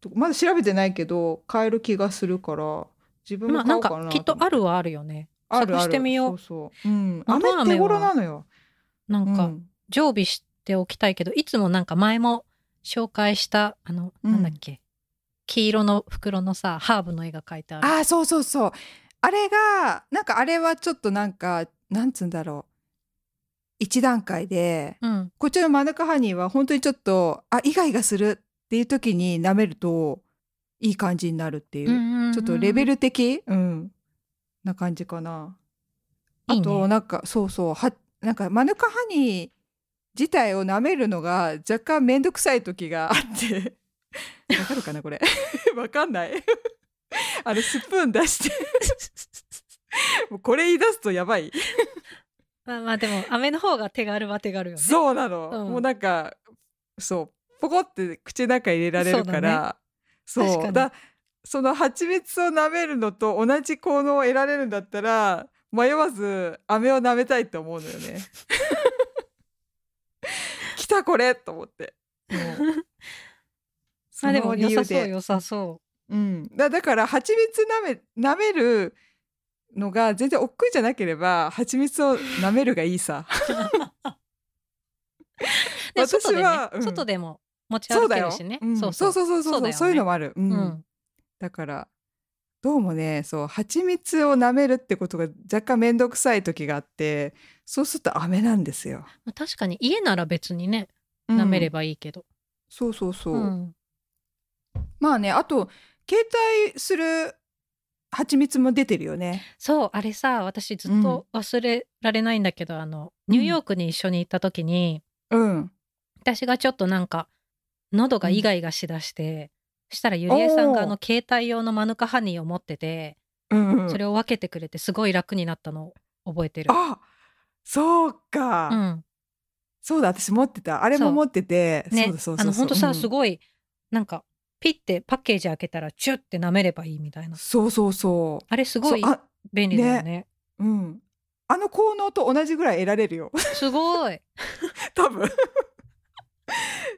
Speaker 1: とまだ調べてないけど買える気がするから自分
Speaker 2: ま
Speaker 1: も
Speaker 2: あな
Speaker 1: 買おう
Speaker 2: ん
Speaker 1: かなと
Speaker 2: かきっとあるはあるよね。
Speaker 1: ある
Speaker 2: 探してみよう
Speaker 1: あるそうそう、うん、
Speaker 2: のど
Speaker 1: 雨
Speaker 2: 飴は
Speaker 1: 手頃なのよ
Speaker 2: なんか
Speaker 1: うん
Speaker 2: 常備しておきたいけど、いつもなんか前も紹介したあの、
Speaker 1: うん
Speaker 2: なんだっけ黄色の袋のさハーブの絵が描いてある。
Speaker 1: あーそうそうそうあれがなんかあれはちょっとなんかなんつうんだろう一段階で
Speaker 2: うん
Speaker 1: こっちのマヌカハニーは本当にちょっとあイガイガするっていう時に舐めるといい感じになるっていう、ちょっとレベ
Speaker 2: ル
Speaker 1: ル的、うん、な感じかな。
Speaker 2: いい
Speaker 1: あ
Speaker 2: ね
Speaker 1: となんかそうそうはなんかマヌカハニー自体を舐めるのが若干めんどくさい時があって わかるかなこれ
Speaker 3: わかんないあのスプーン出 してもうこれ言い出すとやばい
Speaker 2: まあまあでも飴の方が手軽は手軽よね。
Speaker 3: そうなの、
Speaker 2: うん
Speaker 3: もうなんかそうポコって口の中に入れられるからそう,、
Speaker 2: 確かに
Speaker 3: だその蜂蜜を舐めるのと同じ効能を得られるんだったら迷わず飴を舐めたいと思うのよ ね来たこれと思ってもう
Speaker 2: まあで
Speaker 1: そ
Speaker 2: も
Speaker 1: の
Speaker 2: 良
Speaker 1: 理由
Speaker 2: さそう
Speaker 1: で
Speaker 2: 良さそ
Speaker 1: うん、だだから蜂蜜舐め舐めるのが全然億劫じゃなければ蜂蜜を舐めるがいい さ
Speaker 2: で
Speaker 1: 私
Speaker 2: 外でね
Speaker 1: はうん
Speaker 2: 外でも持ち
Speaker 1: そう
Speaker 2: 歩
Speaker 1: だ
Speaker 2: ける
Speaker 1: よ
Speaker 2: しね、
Speaker 1: うんそうそうそうそうそう
Speaker 2: そうだよ
Speaker 1: いう
Speaker 2: ね
Speaker 1: のもある、うん
Speaker 2: うん
Speaker 1: だからどうもねそう蜂蜜を舐めるってことが若干面倒くさい時があってそうすると飴なんですよ、
Speaker 2: まあ確かに家なら別にね舐めれ
Speaker 1: ば
Speaker 2: ばいいけど、
Speaker 1: そうそうそうう、
Speaker 2: ん
Speaker 1: まあねあと携帯する蜂蜜も出てるよね
Speaker 2: そうあれさ私ずっと忘れられないんだけど、あのニューヨークに一緒に行った時に、
Speaker 1: うん
Speaker 2: 私がちょっとなんか喉がイガイガしだして、したらゆりえさんがあ
Speaker 1: お
Speaker 2: の携帯用のマヌカハニーを持ってて、
Speaker 1: うん、うん、
Speaker 2: それを分けてくれてすごい楽になったのを覚えてる。
Speaker 1: あそうか、
Speaker 2: うん、
Speaker 1: そうだ私持ってたあれも持っててそう,、だ
Speaker 2: ね
Speaker 1: そうそうそう
Speaker 2: あの本当
Speaker 1: う
Speaker 2: さ
Speaker 1: ん
Speaker 2: すごいなんかピッてパッケージ開けたらチュッて舐めればいいみたいな
Speaker 1: そうそうそう
Speaker 2: あれすごい
Speaker 1: そうあ
Speaker 2: 便利だよね
Speaker 1: うんあの効能と同じぐらい得られるよ
Speaker 2: す ごい
Speaker 1: 多分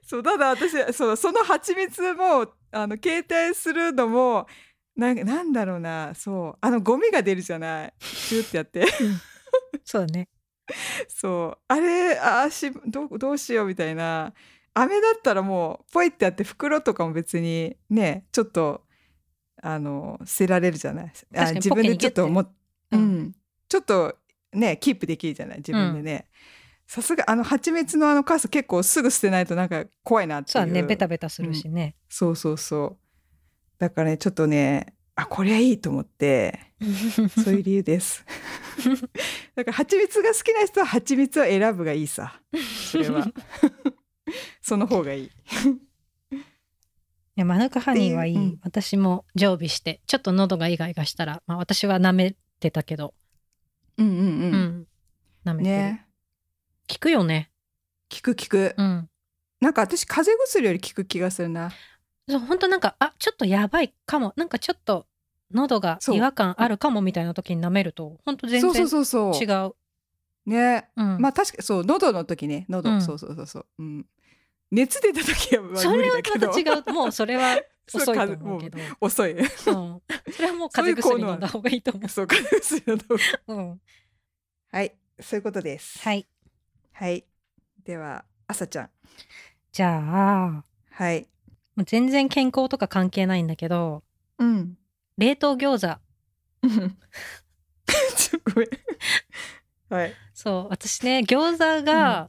Speaker 1: そうただ私そうその蜂蜜もあの携帯するのもなんかなんだろうなそうあのゴミが出るじゃないシュってやって
Speaker 2: そうだね
Speaker 1: そうあれあーしどうどうしようみたいな飴だったらもうポイってやって袋とかも別にねちょっとあの捨てられるじゃないあ
Speaker 2: 確かに
Speaker 1: 自分でちょっと
Speaker 2: ポッケにギュッ
Speaker 1: もう
Speaker 2: てうん
Speaker 1: ん、ちょっとねキープできるじゃない自分でね、さすがあの蜂蜜のあのカス結構すぐ捨てないとなんか怖いなってい
Speaker 2: そううだねベタベタするしね、
Speaker 1: そうそうそうだからねちょっとねあこれはいいと思ってそういう理由です。だから蜂蜜が好きな人は蜂蜜を選ぶがいいさ。それは。その方がいい。
Speaker 2: いやマヌカハニーはいい、
Speaker 1: うん
Speaker 2: 私も常備してちょっと喉がイガイガしたら、まあ、私は舐めてたけど、
Speaker 1: うん
Speaker 2: う
Speaker 1: うん
Speaker 2: ん、舐めてる、
Speaker 1: ね。
Speaker 2: 効くよね
Speaker 1: 効く効く
Speaker 2: う。ん
Speaker 1: なんか私風邪薬より効く気がするな。
Speaker 2: そう本当なんかあちょっとやばいかもなんかちょっと喉が
Speaker 1: そう
Speaker 2: 違和感あるかもみたいな時に舐めると本当全
Speaker 1: そう
Speaker 2: 然違う
Speaker 1: そうそうそう。ね。
Speaker 2: うん
Speaker 1: まあ確かそう喉の時ね喉、
Speaker 2: うん
Speaker 1: そうそうそうそう。うん。熱出た時はまあ
Speaker 2: そ
Speaker 1: 無
Speaker 2: れ
Speaker 1: 理
Speaker 2: は
Speaker 1: だけど。
Speaker 2: また違うもうそれは
Speaker 1: そう
Speaker 2: 遅いと
Speaker 1: 風
Speaker 2: 思うけど
Speaker 1: もう遅い。
Speaker 2: そうそれはもう
Speaker 1: そうい
Speaker 2: 風邪
Speaker 1: う
Speaker 2: 薬
Speaker 1: 効能
Speaker 2: 飲んだ方がいいと思
Speaker 1: そう風邪薬の方が
Speaker 2: う、うん、
Speaker 1: はいそういうことです。、
Speaker 2: はいい
Speaker 1: はい、では朝ちゃん
Speaker 2: じゃあも
Speaker 1: はい。
Speaker 2: う全然健康とか関係ないんだけど
Speaker 1: うん。
Speaker 2: 冷凍餃
Speaker 1: う
Speaker 2: 子
Speaker 1: んちょごめん。はい。
Speaker 2: そう私ね餃子が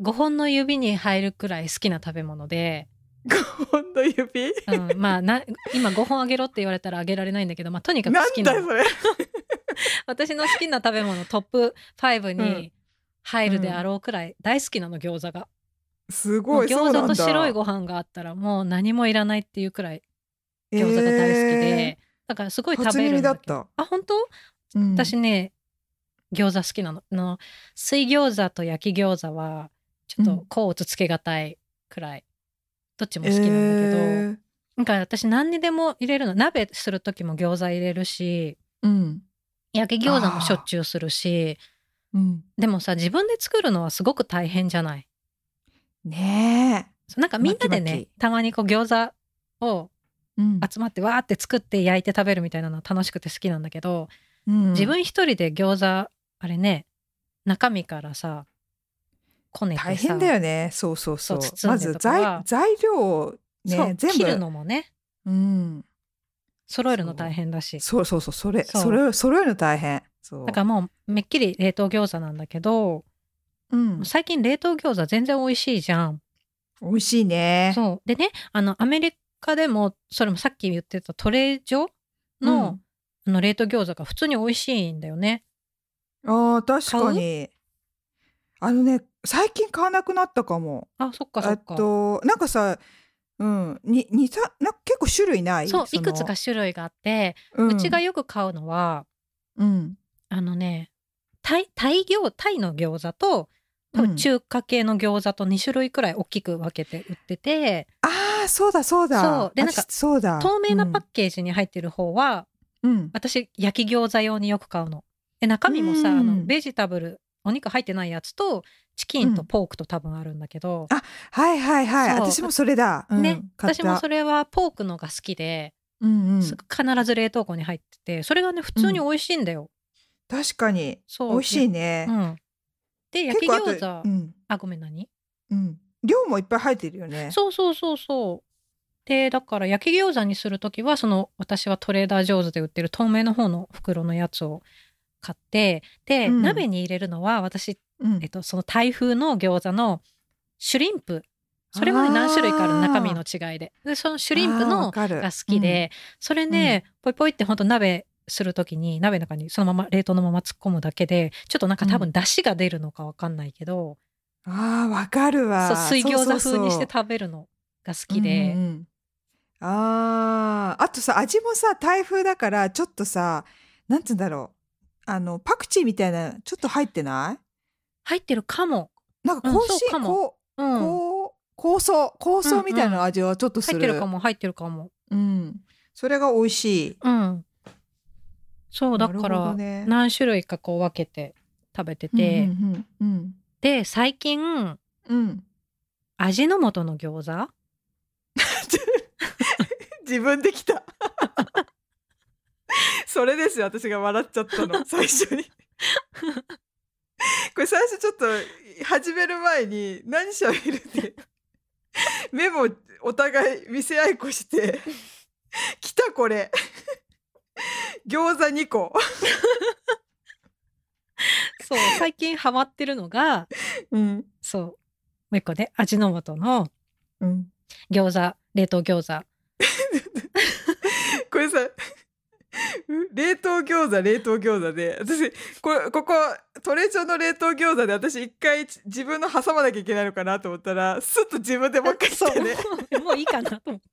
Speaker 2: 5本の指に入るくらい好きな食べ物で、
Speaker 1: 5本の指
Speaker 2: うん、ま あな今5本あげろって言われたらあげられないんだけど、まあ、とにかく
Speaker 1: な
Speaker 2: 好き
Speaker 1: ん
Speaker 2: な
Speaker 1: だよそれ。
Speaker 2: 私の好きな食べ物トップ5
Speaker 1: うん
Speaker 2: に入るであろうくらい大好きなの餃子が、
Speaker 1: すご
Speaker 2: もう
Speaker 1: い。そう
Speaker 2: 餃
Speaker 1: な
Speaker 2: 子
Speaker 1: んだ
Speaker 2: と白いご飯があったらもう何もいらないっていうくらい餃子が大好きで、
Speaker 1: え
Speaker 2: だからすごい
Speaker 1: ー
Speaker 2: 食
Speaker 1: 初
Speaker 2: べる
Speaker 1: 耳
Speaker 2: ん
Speaker 1: だ
Speaker 2: だ
Speaker 1: っ
Speaker 2: けど
Speaker 1: た。
Speaker 2: あ本当
Speaker 1: うん
Speaker 2: 私ね、餃子好きなのあの水餃子と焼き餃子はちょっ
Speaker 1: うん
Speaker 2: と甲乙つけがたいくらい、どっちも好きなんだけど、
Speaker 1: えー
Speaker 2: なんか私何にでも入れるの鍋する時も餃子入れるし
Speaker 1: うん。
Speaker 2: 焼き餃子もしょっちゅうするし
Speaker 1: うん。
Speaker 2: でもさ自分で作るのはすごく大変じゃない
Speaker 1: ね
Speaker 2: そうなんかみんなで
Speaker 1: 巻き巻
Speaker 2: ね
Speaker 1: き
Speaker 2: たまにこう餃子
Speaker 1: え。う
Speaker 2: を
Speaker 1: ん
Speaker 2: 集まってわーって作って焼いて食べるみたいなのは楽しくて好きなんだけど、
Speaker 1: うん
Speaker 2: 自分一人で餃子あれね中身からさこねてさ
Speaker 1: 大変だよね。そうそうそう。
Speaker 2: そう包
Speaker 1: ま
Speaker 2: んで
Speaker 1: ず
Speaker 2: とか
Speaker 1: 材材料を
Speaker 2: そう
Speaker 1: ね全
Speaker 2: 切る
Speaker 1: 部。
Speaker 2: のもね
Speaker 1: うん。
Speaker 2: 揃えるの大変だし
Speaker 1: そうそうそうそれ
Speaker 2: そう
Speaker 1: それ揃えるの大変。そう。
Speaker 2: だからもうめっきり冷凍餃子なんだけど
Speaker 1: うん。
Speaker 2: 最近冷凍餃子全然美味しいじゃん。
Speaker 1: 美味しいね。
Speaker 2: そうでねあのアメリカでもそれもさっき言ってたトレー状の,、あの冷凍餃子が普通に美味しいんだよね。
Speaker 1: ああ確かにあのね最近買わなくなったかも
Speaker 2: あそっかそ
Speaker 1: えっ
Speaker 2: っか。
Speaker 1: となんかさうんににさなんか結構種類ない
Speaker 2: そう
Speaker 1: の
Speaker 2: いくつか種類があって、
Speaker 1: う
Speaker 2: うんちがよく買うのは
Speaker 1: うん
Speaker 2: あのねタイタイ餃タイの餃子と
Speaker 1: う
Speaker 2: 多
Speaker 1: ん
Speaker 2: 分中華系の餃子と2種類くらい大きく分けて売ってて、
Speaker 1: ああそうだそうだ
Speaker 2: そうで
Speaker 1: あ
Speaker 2: なんか
Speaker 1: ちそうだ
Speaker 2: 透明なパッケージに入ってる方は、
Speaker 1: うんうん
Speaker 2: 私焼き餃子用によく買うの。で中身もさ、
Speaker 1: うん
Speaker 2: あのベジタブルお肉入ってないやつとチキン
Speaker 1: う
Speaker 2: と
Speaker 1: ん
Speaker 2: ポークと多分あるんだけど、
Speaker 1: はいはいはい
Speaker 2: そう
Speaker 1: 私もそれだ、うん、
Speaker 2: ね
Speaker 1: 買っ
Speaker 2: 私
Speaker 1: た
Speaker 2: もそれはポークのが好きで、
Speaker 1: うんうん
Speaker 2: す必ず冷凍庫に入っててそれがね普通に美味しいんだよ。
Speaker 1: 確かに
Speaker 2: そう
Speaker 1: 美味しいね、
Speaker 2: うん、で焼き
Speaker 1: 結構
Speaker 2: 餃
Speaker 1: あ
Speaker 2: 子、
Speaker 1: とうん
Speaker 2: あごめん何
Speaker 1: うん量もいっぱい入ってるよね
Speaker 2: そうそうそうそうでだから焼き餃子にする時はその私はトレーダー・ジョーズで売ってる透明の方の袋のやつを買ってで、
Speaker 1: うん
Speaker 2: 鍋に入れるのは私、
Speaker 1: うん
Speaker 2: えっと、その台風の餃子のシュリンプそれもね何種類かある
Speaker 1: あー
Speaker 2: 中身の違いででそのシュリンプ
Speaker 1: あー
Speaker 2: の
Speaker 1: わかる
Speaker 2: が好きで、それね、ポイポイってほんと鍋するときに鍋の中にそのまま冷凍のまま突っ込むだけでちょっとなんか多
Speaker 1: う
Speaker 2: 分
Speaker 1: ん
Speaker 2: 出汁が出るのかわかんないけ
Speaker 1: う
Speaker 2: ど、
Speaker 1: んあーわかるわ
Speaker 2: そう水餃
Speaker 1: そう
Speaker 2: 子
Speaker 1: そうそ
Speaker 2: 風
Speaker 1: う
Speaker 2: にして食べるのが好きで
Speaker 1: うんうんうんあーあとさ味もさ台風だからちょっとさなんつうんだろうあのパクチーみたいなちょっと入ってな
Speaker 2: 入ってるかも、
Speaker 1: いなんか
Speaker 2: うん
Speaker 1: 香
Speaker 2: そうか
Speaker 1: 辛、
Speaker 2: も
Speaker 1: こ
Speaker 2: う、
Speaker 1: うんこう香草香草みたいな味はちょっとす
Speaker 2: 入
Speaker 1: る、
Speaker 2: ってるかも入ってるかも
Speaker 1: うんそれが美味しい
Speaker 2: うんそうだか
Speaker 1: なるほど
Speaker 2: ら
Speaker 1: ね
Speaker 2: 何種類かこう分けて食べてて、
Speaker 1: うんうん
Speaker 2: で最近
Speaker 1: うん、うん、
Speaker 2: 味の素の餃子
Speaker 3: 自分できたそれですよ私が笑っちゃった の最初にこれ最初ちょっと始める前に何しゃべるってメモお互い見せ合いっこして「来たこれ餃子2個
Speaker 2: そう最近ハマってるのが
Speaker 1: うん
Speaker 2: そうもう一個で味の素の
Speaker 1: うん
Speaker 2: 餃子冷凍餃子」
Speaker 3: これさ 冷凍餃子冷凍餃子で私これここトレジョの冷凍餃子で私一回ち自分の挟まなきゃいけないのかなと思ったらスッと自分でもう一回
Speaker 2: そう
Speaker 3: してね
Speaker 2: もうもういいかなと思って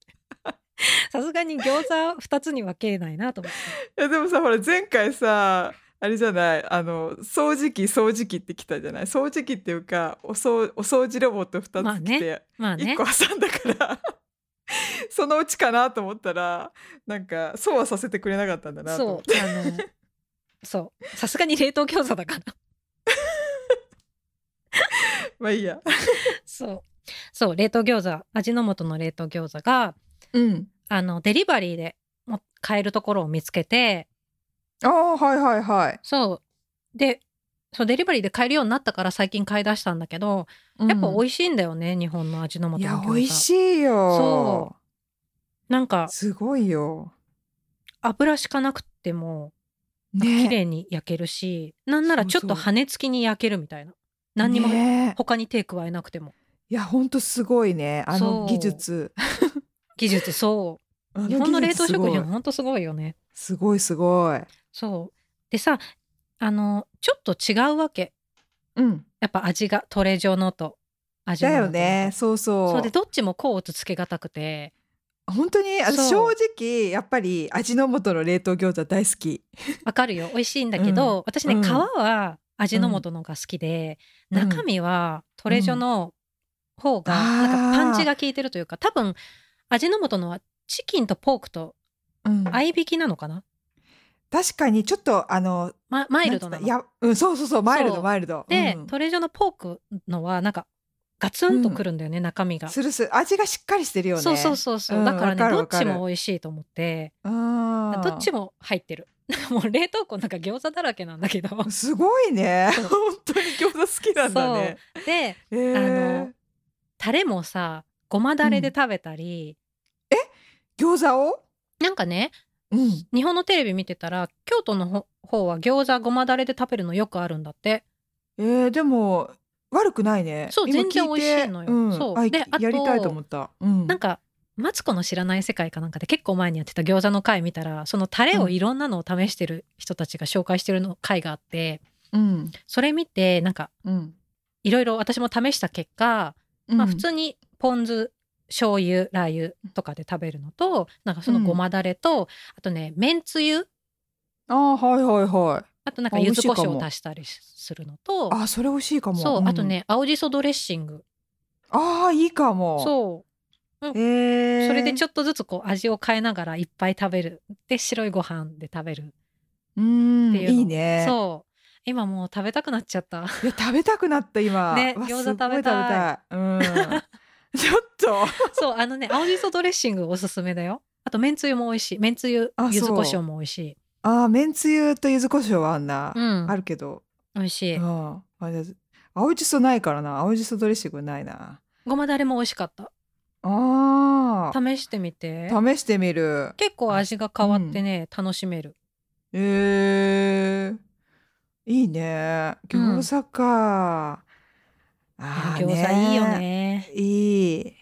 Speaker 2: さすがに餃子2つに分けないなと思って
Speaker 3: いやでもさほら前回さあれじゃないあの掃除機掃除機って来たじゃない掃除機っていうかおそうお掃除ロボット
Speaker 2: ま
Speaker 3: 2
Speaker 2: あ
Speaker 3: つ来
Speaker 2: ね
Speaker 3: て
Speaker 2: まあ
Speaker 3: 1
Speaker 2: ね
Speaker 3: 個挟んだから、そのうちかなと思ったらなんかそうはさせてくれなかったんだなと思
Speaker 2: そ
Speaker 3: っ
Speaker 2: う
Speaker 3: て
Speaker 2: あのそうさすがに冷凍餃子だから
Speaker 3: まあいいや。
Speaker 2: そうそう冷凍餃子味の素の冷凍餃子が
Speaker 1: うん
Speaker 2: あのデリバリーでも買えるところを見つけて
Speaker 1: ああはいはいはい
Speaker 2: そうでそうデリバリーで買えるようになったから最近買い出したんだけど、やっぱ美味しいんだよね日本の味の素の
Speaker 1: い
Speaker 2: 餃
Speaker 1: や
Speaker 2: 子
Speaker 1: 美味しいよ
Speaker 2: そなんか
Speaker 1: すごいよ
Speaker 2: 油しかなくっても綺
Speaker 1: ね
Speaker 2: 麗に焼けるし、なんならちょっ
Speaker 1: そ
Speaker 2: と
Speaker 1: うそう
Speaker 2: 羽根付きに焼けるみたいな何にも
Speaker 1: ね
Speaker 2: 他に手加えなくても
Speaker 1: いやほんとすごいねあ
Speaker 2: そう
Speaker 1: の技術
Speaker 2: 技術そ
Speaker 1: あ
Speaker 2: う
Speaker 1: の
Speaker 2: 日本の
Speaker 1: 技
Speaker 2: 冷凍
Speaker 1: 術す
Speaker 2: 食
Speaker 1: ごい
Speaker 2: 品ほんとすごいよね
Speaker 1: すごいすごい
Speaker 2: そうでさあのちょっと違うわけ
Speaker 1: うん
Speaker 2: やっぱ味がトレジョのと味の
Speaker 1: だ
Speaker 2: 素の
Speaker 1: よねそうそう
Speaker 2: そうでどっちもこうとつけがたくて
Speaker 1: 本当にあの
Speaker 2: そ
Speaker 1: 正
Speaker 2: う
Speaker 1: 直やっぱり味の素の冷凍餃子大好き
Speaker 2: わかるよ美味しいんだけど、私ね
Speaker 1: うん
Speaker 2: 皮は味の素のが好きで、
Speaker 1: うん
Speaker 2: 中身はトレジョの方が
Speaker 1: うん
Speaker 2: なんか
Speaker 1: あー
Speaker 2: パンチが効いてるというか多分味の素のはチキンとポークと
Speaker 1: うん
Speaker 2: 合いびきなのかな、
Speaker 1: 確かにちょっとあの
Speaker 2: ま、マイルドな
Speaker 1: なんつ
Speaker 2: の
Speaker 1: うのいやうんそうそうそうマイルドマイルド
Speaker 2: で、
Speaker 1: うん
Speaker 2: トレジョのポークのはなんかガツンとくるんだよね、中身が、
Speaker 1: するする味がしっかりしてるよね
Speaker 2: そうそうそうそう、
Speaker 1: うん
Speaker 2: だからね
Speaker 1: わかる
Speaker 2: ど
Speaker 1: わ
Speaker 2: っ
Speaker 1: か
Speaker 2: ち
Speaker 1: る
Speaker 2: も美味しいと思って
Speaker 1: うん
Speaker 2: どっちも入ってる もう冷凍庫なんか餃子だらけなんだ けど
Speaker 1: すごいね
Speaker 2: そう
Speaker 1: 本当に餃子好きなんだね
Speaker 2: で
Speaker 1: えー
Speaker 2: あのタレもさごまだれで食べたり、
Speaker 1: 餃子を
Speaker 2: なんかね
Speaker 1: うん
Speaker 2: 日本のテレビ見てたら京都のほ方は餃子ごまだれで食べるのよくあるんだって
Speaker 1: えーでも悪くないね
Speaker 2: そう
Speaker 1: 今
Speaker 2: 全然
Speaker 1: 聞て
Speaker 2: 美味しいのよ
Speaker 1: うん
Speaker 2: そう
Speaker 1: あ
Speaker 2: であと
Speaker 1: やりたいと思ったうん
Speaker 2: なんかマツコの知らない世界かなんかで結構前にやってた餃子の回見たらそのタレをいろんなのを試してる人たちが紹介してるの回があって
Speaker 1: うん
Speaker 2: それ見てなんか
Speaker 1: うん
Speaker 2: いろいろ私も試した結果、まあ、普通にポン酢醤油ラー油とかで食べるのとなんかそのごまだれと、あとねめんつゆ
Speaker 1: あーはいはいはい
Speaker 2: あとなんか
Speaker 1: あ美
Speaker 2: 柚
Speaker 1: 味し
Speaker 2: 子
Speaker 1: いか
Speaker 2: 胡
Speaker 1: も
Speaker 2: 椒を足したりするのと
Speaker 1: あそれ美味しいかも
Speaker 2: そう、
Speaker 1: ん
Speaker 2: あとね青じそドレッシング
Speaker 1: ああいいかも
Speaker 2: そう
Speaker 1: えー、
Speaker 2: それでち
Speaker 1: ょっ
Speaker 2: ょっとずつこう味を変えながらいっぱい食べるで白いご飯で食べる
Speaker 1: とうん
Speaker 2: っていうの
Speaker 1: いいね
Speaker 2: そう今もう食べたくなっちゃった
Speaker 1: い や食べたくなった今
Speaker 2: ね
Speaker 1: わ
Speaker 2: 餃子
Speaker 1: すっご
Speaker 2: 食
Speaker 1: 食
Speaker 2: べた
Speaker 1: べたいうんちょっと
Speaker 2: そうあのね青じそドレッシングおすすめだよあとめんつゆも美味しいめんつゆ
Speaker 1: あ
Speaker 2: 柚子
Speaker 1: そう
Speaker 2: 胡椒も美味しい
Speaker 1: ああめんつゆと柚子胡椒はあんな、
Speaker 2: うん
Speaker 1: あるけど
Speaker 2: 美味しい
Speaker 1: あああれだ青じそないからな青じそドレッシングないな
Speaker 2: ごまだれも美味しかった
Speaker 1: あー
Speaker 2: 試してみて
Speaker 1: 試してみる
Speaker 2: 結構味が変わってね、楽しめる
Speaker 1: えー、いいね
Speaker 2: うん
Speaker 1: 餃子か、ああ
Speaker 2: 餃子いいよね
Speaker 1: いい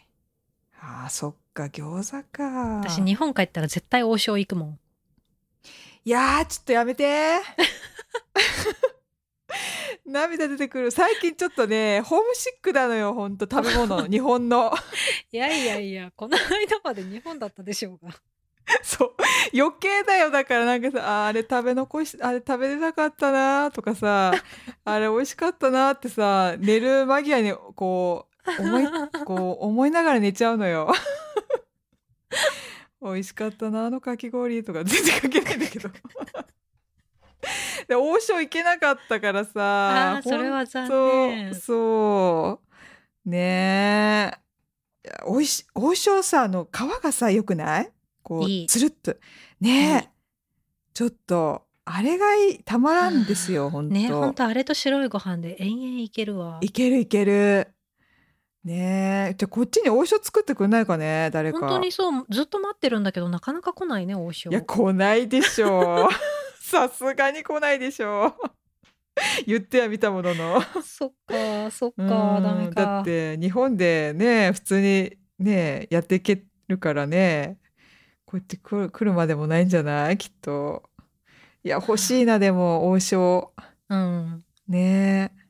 Speaker 1: あーそっか餃子か
Speaker 2: 私日本帰ったら絶対王将行くもん
Speaker 1: いやーちょっとやめて 涙出てくる最近ちょっとねホームシックなのよほんと食べ物日本の
Speaker 2: いやいやいやこの間まで日本だったでしょうが
Speaker 1: そう余計だよだからなんかさあーあれ食べ残しあれ食べれなかったなーとか さあれ美味しかったなーってさ寝る間際にこう思いこう思いながら寝ちゃうのよ美味しかったなあのかき氷とか全然かけないんだけどで王将行けなかったからさ
Speaker 2: あーそれは残念
Speaker 1: そうそうねえいやおいし王将さあの皮がさよくないこう
Speaker 2: いい
Speaker 1: つるっとねえ
Speaker 2: いい
Speaker 1: ちょっとあれがいいたまらんですよ本当
Speaker 2: ねほんとあれと白いご飯で延々いけるわ
Speaker 1: いけるいける。ねえ。じゃあこっちに王将作ってくんないかね誰か。
Speaker 2: 本当にそうずっと待ってるんだけどなかなか来ないね王将
Speaker 1: いや来ないでしょう。 さすがに来ないでしょう。 言ってはみたものの。
Speaker 2: そっかそっ
Speaker 1: うん
Speaker 2: かダメ
Speaker 1: だ
Speaker 2: か
Speaker 1: って日本でね普通にねやっていけるからねこうやって来る来るまでもないんじゃないきっと。いや欲しいなでも王将。
Speaker 2: うん
Speaker 1: ねえ。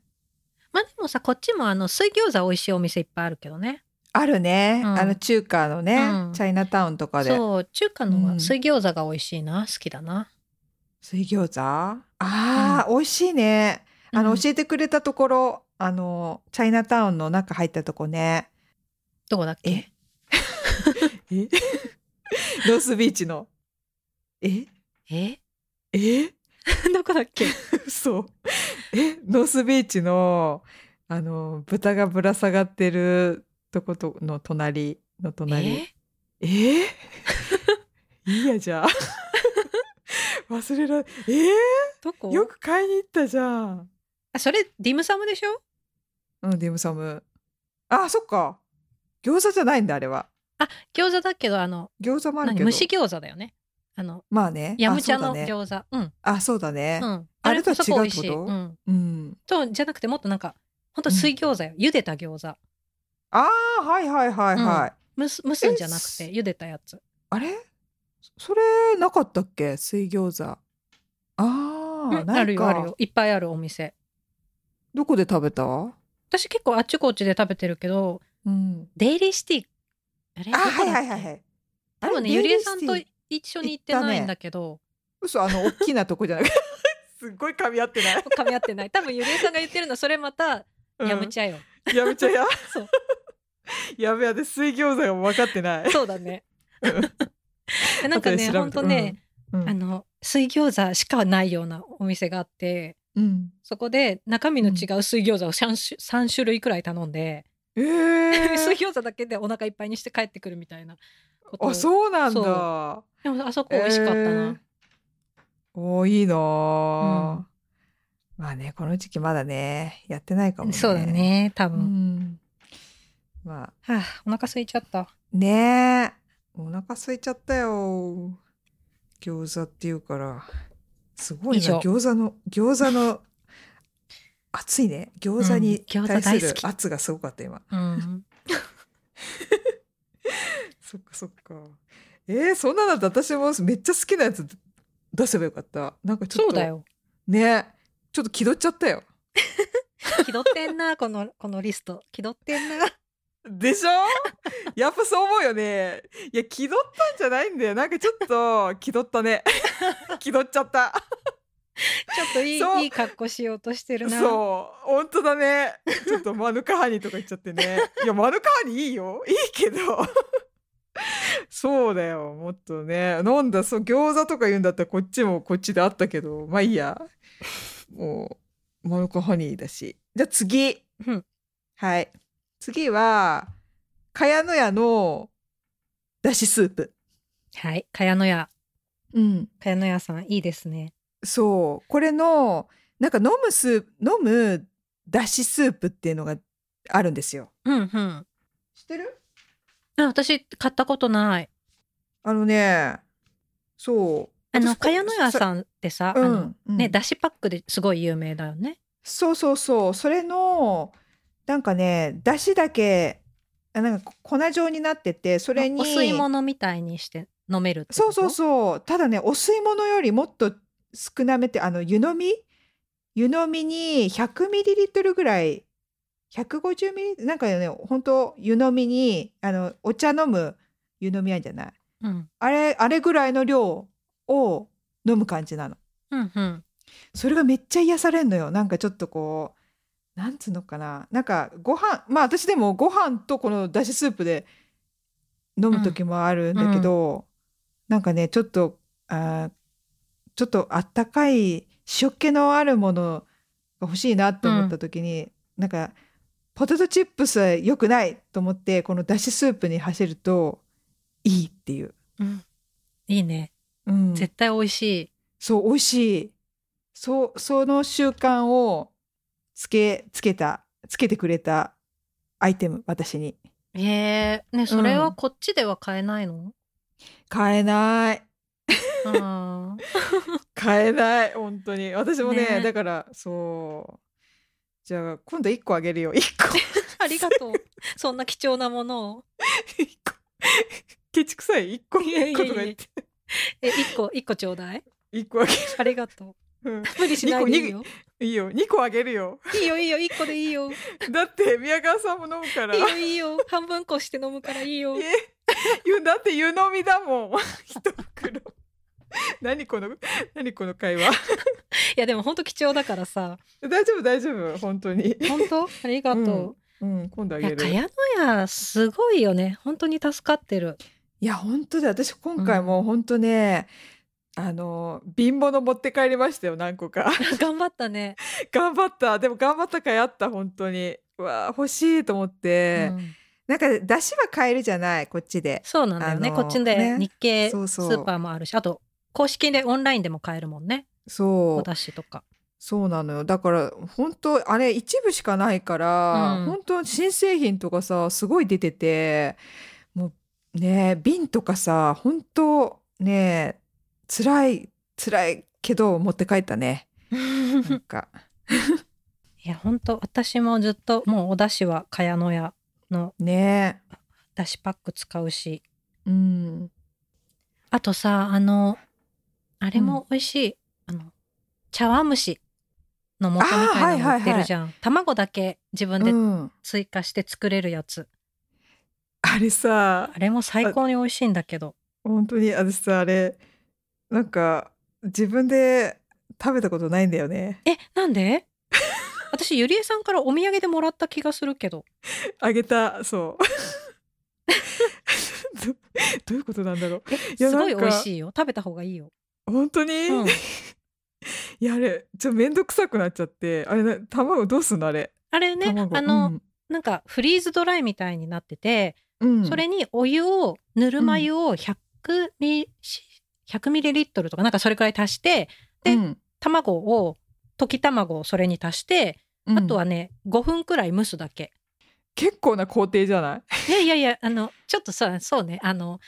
Speaker 2: まあでもさこっちもあの水餃子美味しいお店いっぱいあるけどね
Speaker 1: あるね、
Speaker 2: うん
Speaker 1: あの中華のね、
Speaker 2: うん
Speaker 1: チャイナタウンとかで。
Speaker 2: そう中華の
Speaker 1: う
Speaker 2: は
Speaker 1: ん
Speaker 2: 水餃子が美味しいな、好きだな
Speaker 1: 水餃子ああ、美味しいねあの、
Speaker 2: うん
Speaker 1: 教えてくれたところあのチャイナタウンの中入ったとこね
Speaker 2: どこだっけ
Speaker 1: えロスビーチのえ
Speaker 2: え
Speaker 1: え
Speaker 2: どこだっけ
Speaker 1: 嘘 えノースビーチのあの豚がぶら下がってるとことの隣の隣
Speaker 2: え
Speaker 1: え いいやじゃあ 忘れられえ
Speaker 2: どこ
Speaker 1: ー、よく買いに行ったじゃん
Speaker 2: あそれディムサムでしょ
Speaker 1: うん、ディムサム。あ、そっか。餃子じゃないんだ、あれは。
Speaker 2: 餃子だけどあの
Speaker 1: 餃子もある
Speaker 2: 何
Speaker 1: けど。
Speaker 2: 蒸し餃子だよねあの
Speaker 1: まあね。
Speaker 2: ヤムチャ
Speaker 1: あ
Speaker 2: の
Speaker 1: そうだね
Speaker 2: 餃子う,、
Speaker 1: あ、そうだね
Speaker 2: ん。うん
Speaker 1: あれとは
Speaker 2: そこ
Speaker 1: 違う
Speaker 2: 美味
Speaker 1: って
Speaker 2: しい
Speaker 1: こと
Speaker 2: うん
Speaker 1: うん。
Speaker 2: とじゃなくてもっとなんかほんと水餃子よ、茹でた餃子
Speaker 1: ああ、はいはいはいはい。
Speaker 2: 蒸す蒸すんじゃなくて茹でたやつ
Speaker 1: あれそれなかったっけ水餃子。ああ
Speaker 2: う、ん
Speaker 1: な
Speaker 2: あ
Speaker 1: い
Speaker 2: るよ
Speaker 1: か
Speaker 2: あるよいっぱいあるお店
Speaker 1: どこで食べた
Speaker 2: 私結構あっちこっちで食べてるけど
Speaker 1: うん。
Speaker 2: デイリーシティあれ
Speaker 1: あ、
Speaker 2: どこだ
Speaker 1: は
Speaker 2: っけ
Speaker 1: いはいはいはい。
Speaker 2: 多分
Speaker 1: あ
Speaker 2: ね
Speaker 1: れ
Speaker 2: ゆりえさんと
Speaker 1: デイリーシティ
Speaker 2: 一緒に行ってないんだけど、
Speaker 1: 嘘、あの、大きなとこじゃなくて。 すっごい噛み合ってない。
Speaker 2: 噛み合ってない多分ゆりえさんが言ってるのはそれまたやむちゃよ、
Speaker 1: ゃ。やむちゃや。
Speaker 2: そう
Speaker 1: やべやで、水餃子が分かってない。
Speaker 2: そうだ ね
Speaker 1: うん
Speaker 2: でなんかね
Speaker 1: 後で調べて
Speaker 2: ほんとね、
Speaker 1: うん。うん
Speaker 2: あの水餃子しかないようなお店があって
Speaker 1: うん
Speaker 2: そこで中身の違う水餃子を 3, 種3種類くらい頼んで、
Speaker 1: え
Speaker 2: 水
Speaker 1: ー、
Speaker 2: 餃子だけでお腹いっぱいにして帰ってくるみたいなことを
Speaker 1: あそうなんだ。
Speaker 2: そでもあそこ美味しかったな、
Speaker 1: えーおーいいなあ、
Speaker 2: う
Speaker 1: まあねこの時期まだねやってないかもね。
Speaker 2: そうだ。ね多
Speaker 1: う
Speaker 2: 分、
Speaker 1: ん。まあ
Speaker 2: はあ、お腹空いちゃった
Speaker 1: ねえお腹空いちゃったよ。餃子っていうからすごい
Speaker 2: 以
Speaker 1: な
Speaker 2: 上
Speaker 1: 餃子の餃子の熱いね餃子に
Speaker 2: うん餃子
Speaker 1: 対す
Speaker 2: 大
Speaker 1: る
Speaker 2: 好き
Speaker 1: 圧がすごかった今。
Speaker 2: うん
Speaker 1: そっかそっか。えー、そんなのだって私もめっちゃ好きなやつ出せばよかった。なん かちょっ
Speaker 2: そう
Speaker 1: と
Speaker 2: だよ
Speaker 1: ねちょっと気取っちゃったよ。
Speaker 2: 気取ってんなこのこのリスト気取ってんな
Speaker 1: でしょ やっぱそう思うよね。いや気取ったんじゃないんだよ。なんかちょっと気取ったね。 気取っちゃった。
Speaker 2: ちょっとい
Speaker 1: そう
Speaker 2: いいい格好しようとしてるな
Speaker 1: そう本当だね。ちょっとマヌカハニとか言っちゃって ね。いやマヌカハニいいよ。いいけど。そうだよもっとね飲んだそう餃子とか言うんだったらこっちもこっちであったけどまあいいやもうマヌカハニーだしじゃあ次
Speaker 2: うん
Speaker 1: はい次は茅野屋のだしスープ
Speaker 2: はい茅野屋
Speaker 1: うん、
Speaker 2: 茅野屋さんいいですね。
Speaker 1: そうこれのなんか飲むスープ飲むだしスープっていうのがあるんですよ。
Speaker 2: うんうん。
Speaker 1: 知ってる
Speaker 2: あ私買ったことない。
Speaker 1: あのねそう
Speaker 2: あの
Speaker 1: 私こ
Speaker 2: 茅野屋さんってさ、
Speaker 1: う
Speaker 2: あ
Speaker 1: ん
Speaker 2: の
Speaker 1: うん
Speaker 2: ねだしパックですごい有名だよね。
Speaker 1: そうそうそうそれのなんかねだしだけあなんか粉状になっててそれに
Speaker 2: お吸い物みたいにして飲めるって
Speaker 1: そ
Speaker 2: こと
Speaker 1: うそうそうただねお吸い物よりもっと少なめってあの湯飲み湯飲みに100ミリリットルぐらい150ミリなんかね本当湯飲みにあのお茶飲む湯飲みあるじゃない
Speaker 2: うん
Speaker 1: あれあれぐらいの量を飲む感じなの
Speaker 2: うんうん。
Speaker 1: それがめっちゃ癒されんのよなんかちょっとこうなんつうのかななんかご飯まあ私でもご飯とこのだしスープで飲む時もあるんだけど、なんかねちょっとあーちょっとあったかい塩気のあるものが欲しいなと思った時に、なんかポテトチップスは良くないと思ってこのだしスープに走るといいっていう、
Speaker 2: うんいいね。
Speaker 1: うん、
Speaker 2: 絶対美味しい。
Speaker 1: そう、美味しい。そう、その習慣をつけ、つけた、つけてくれたアイテム、私に。
Speaker 2: へえ。ねそれはこっちでは買えない の？
Speaker 1: 買えない。
Speaker 2: あ
Speaker 1: 買えない。本当に。私もね、
Speaker 2: ね
Speaker 1: だから、そう。じゃあ、今度1個あげるよ。1個。
Speaker 2: ありがとう。 そんな貴重なものを。
Speaker 1: 一個。ケチくさい。1個。
Speaker 2: いやいやい
Speaker 1: 1
Speaker 2: や
Speaker 1: 個とか言って。
Speaker 2: え、一個、一個ちょうだい。
Speaker 1: 1個あげる。
Speaker 2: ありがと
Speaker 1: うん
Speaker 2: う。無理しないでいいよ。
Speaker 1: いいよ。2個あげるよ。
Speaker 2: いいよ、いいよ、一個でいい よ。い
Speaker 1: だって、宮川さんも飲むから
Speaker 2: い。よ、いいよ。半分こして飲むからいいよ。
Speaker 1: 湯だって湯飲みだもん。 一袋。何この、何この会話。
Speaker 2: いやでも本当貴重だからさ
Speaker 1: 大丈夫大丈夫本当に。
Speaker 2: 本当ありがと
Speaker 1: うん今度あ
Speaker 2: う、い
Speaker 1: げ
Speaker 2: や
Speaker 1: る。
Speaker 2: 茅野屋すごいよね本当に助かってる
Speaker 1: いや本当だ私今回もう本当ね、あの貧乏の持って帰りましたよ何個か。
Speaker 2: 頑張ったね、
Speaker 1: 頑張ったでも頑張ったかやった本当に。うわあ欲しいと思って、
Speaker 2: うん
Speaker 1: なんか出汁は買えるじゃないこっちで。
Speaker 2: そうなんだよね、
Speaker 1: あの
Speaker 2: こっちで
Speaker 1: ね
Speaker 2: 日系ス
Speaker 1: そうそう
Speaker 2: ーパーもあるしあと公式でオンラインでも買えるもんね
Speaker 1: そ
Speaker 2: お
Speaker 1: う
Speaker 2: 出汁とか
Speaker 1: そうなのよだから本当あれ一部しかないから、
Speaker 2: うん
Speaker 1: 本当新製品とかさすごい出ててもうね瓶とかさ本当ね辛い辛いけど持って帰ったねなんか
Speaker 2: いや本当私もずっともうお出汁は茅野屋の
Speaker 1: ね
Speaker 2: 出汁パック使うし
Speaker 1: うん
Speaker 2: あとさあのあれも美味しい、あの茶碗蒸しの素みたいなの売ってるじゃん、卵だけ自分
Speaker 1: う
Speaker 2: で
Speaker 1: ん、
Speaker 2: 追加して作れるやつ、
Speaker 1: あれさ
Speaker 2: あれも最高に美味しいんだけど
Speaker 1: 本当に私さあれなんか自分で食べたことないんだよね
Speaker 2: えな んで私ゆりえさんからお土産でもらった気がするけど
Speaker 1: あげたそう どどういうことなんだろう
Speaker 2: え
Speaker 1: や
Speaker 2: すごい
Speaker 1: なん
Speaker 2: 美
Speaker 1: か
Speaker 2: 味しいよ食べた方がいいよ、
Speaker 1: 本当に、
Speaker 2: うん、
Speaker 1: いやあれちょめんどくさくなっちゃってあれな卵どうすんのあれ
Speaker 2: あれね
Speaker 1: 卵
Speaker 2: あの、、なんかフリーズドライみたいになってて、
Speaker 1: うんうん
Speaker 2: それにお湯をぬるま湯を100ミリ100ミリリットルとかなんかそれくらい足してで
Speaker 1: うん
Speaker 2: 卵を溶き卵をそれに足して、
Speaker 1: うん
Speaker 2: あとはね5分くらい蒸すだけ
Speaker 1: 結構な工程じゃない
Speaker 2: いやいやいや、あの、ちょっとさ、そうね、あの、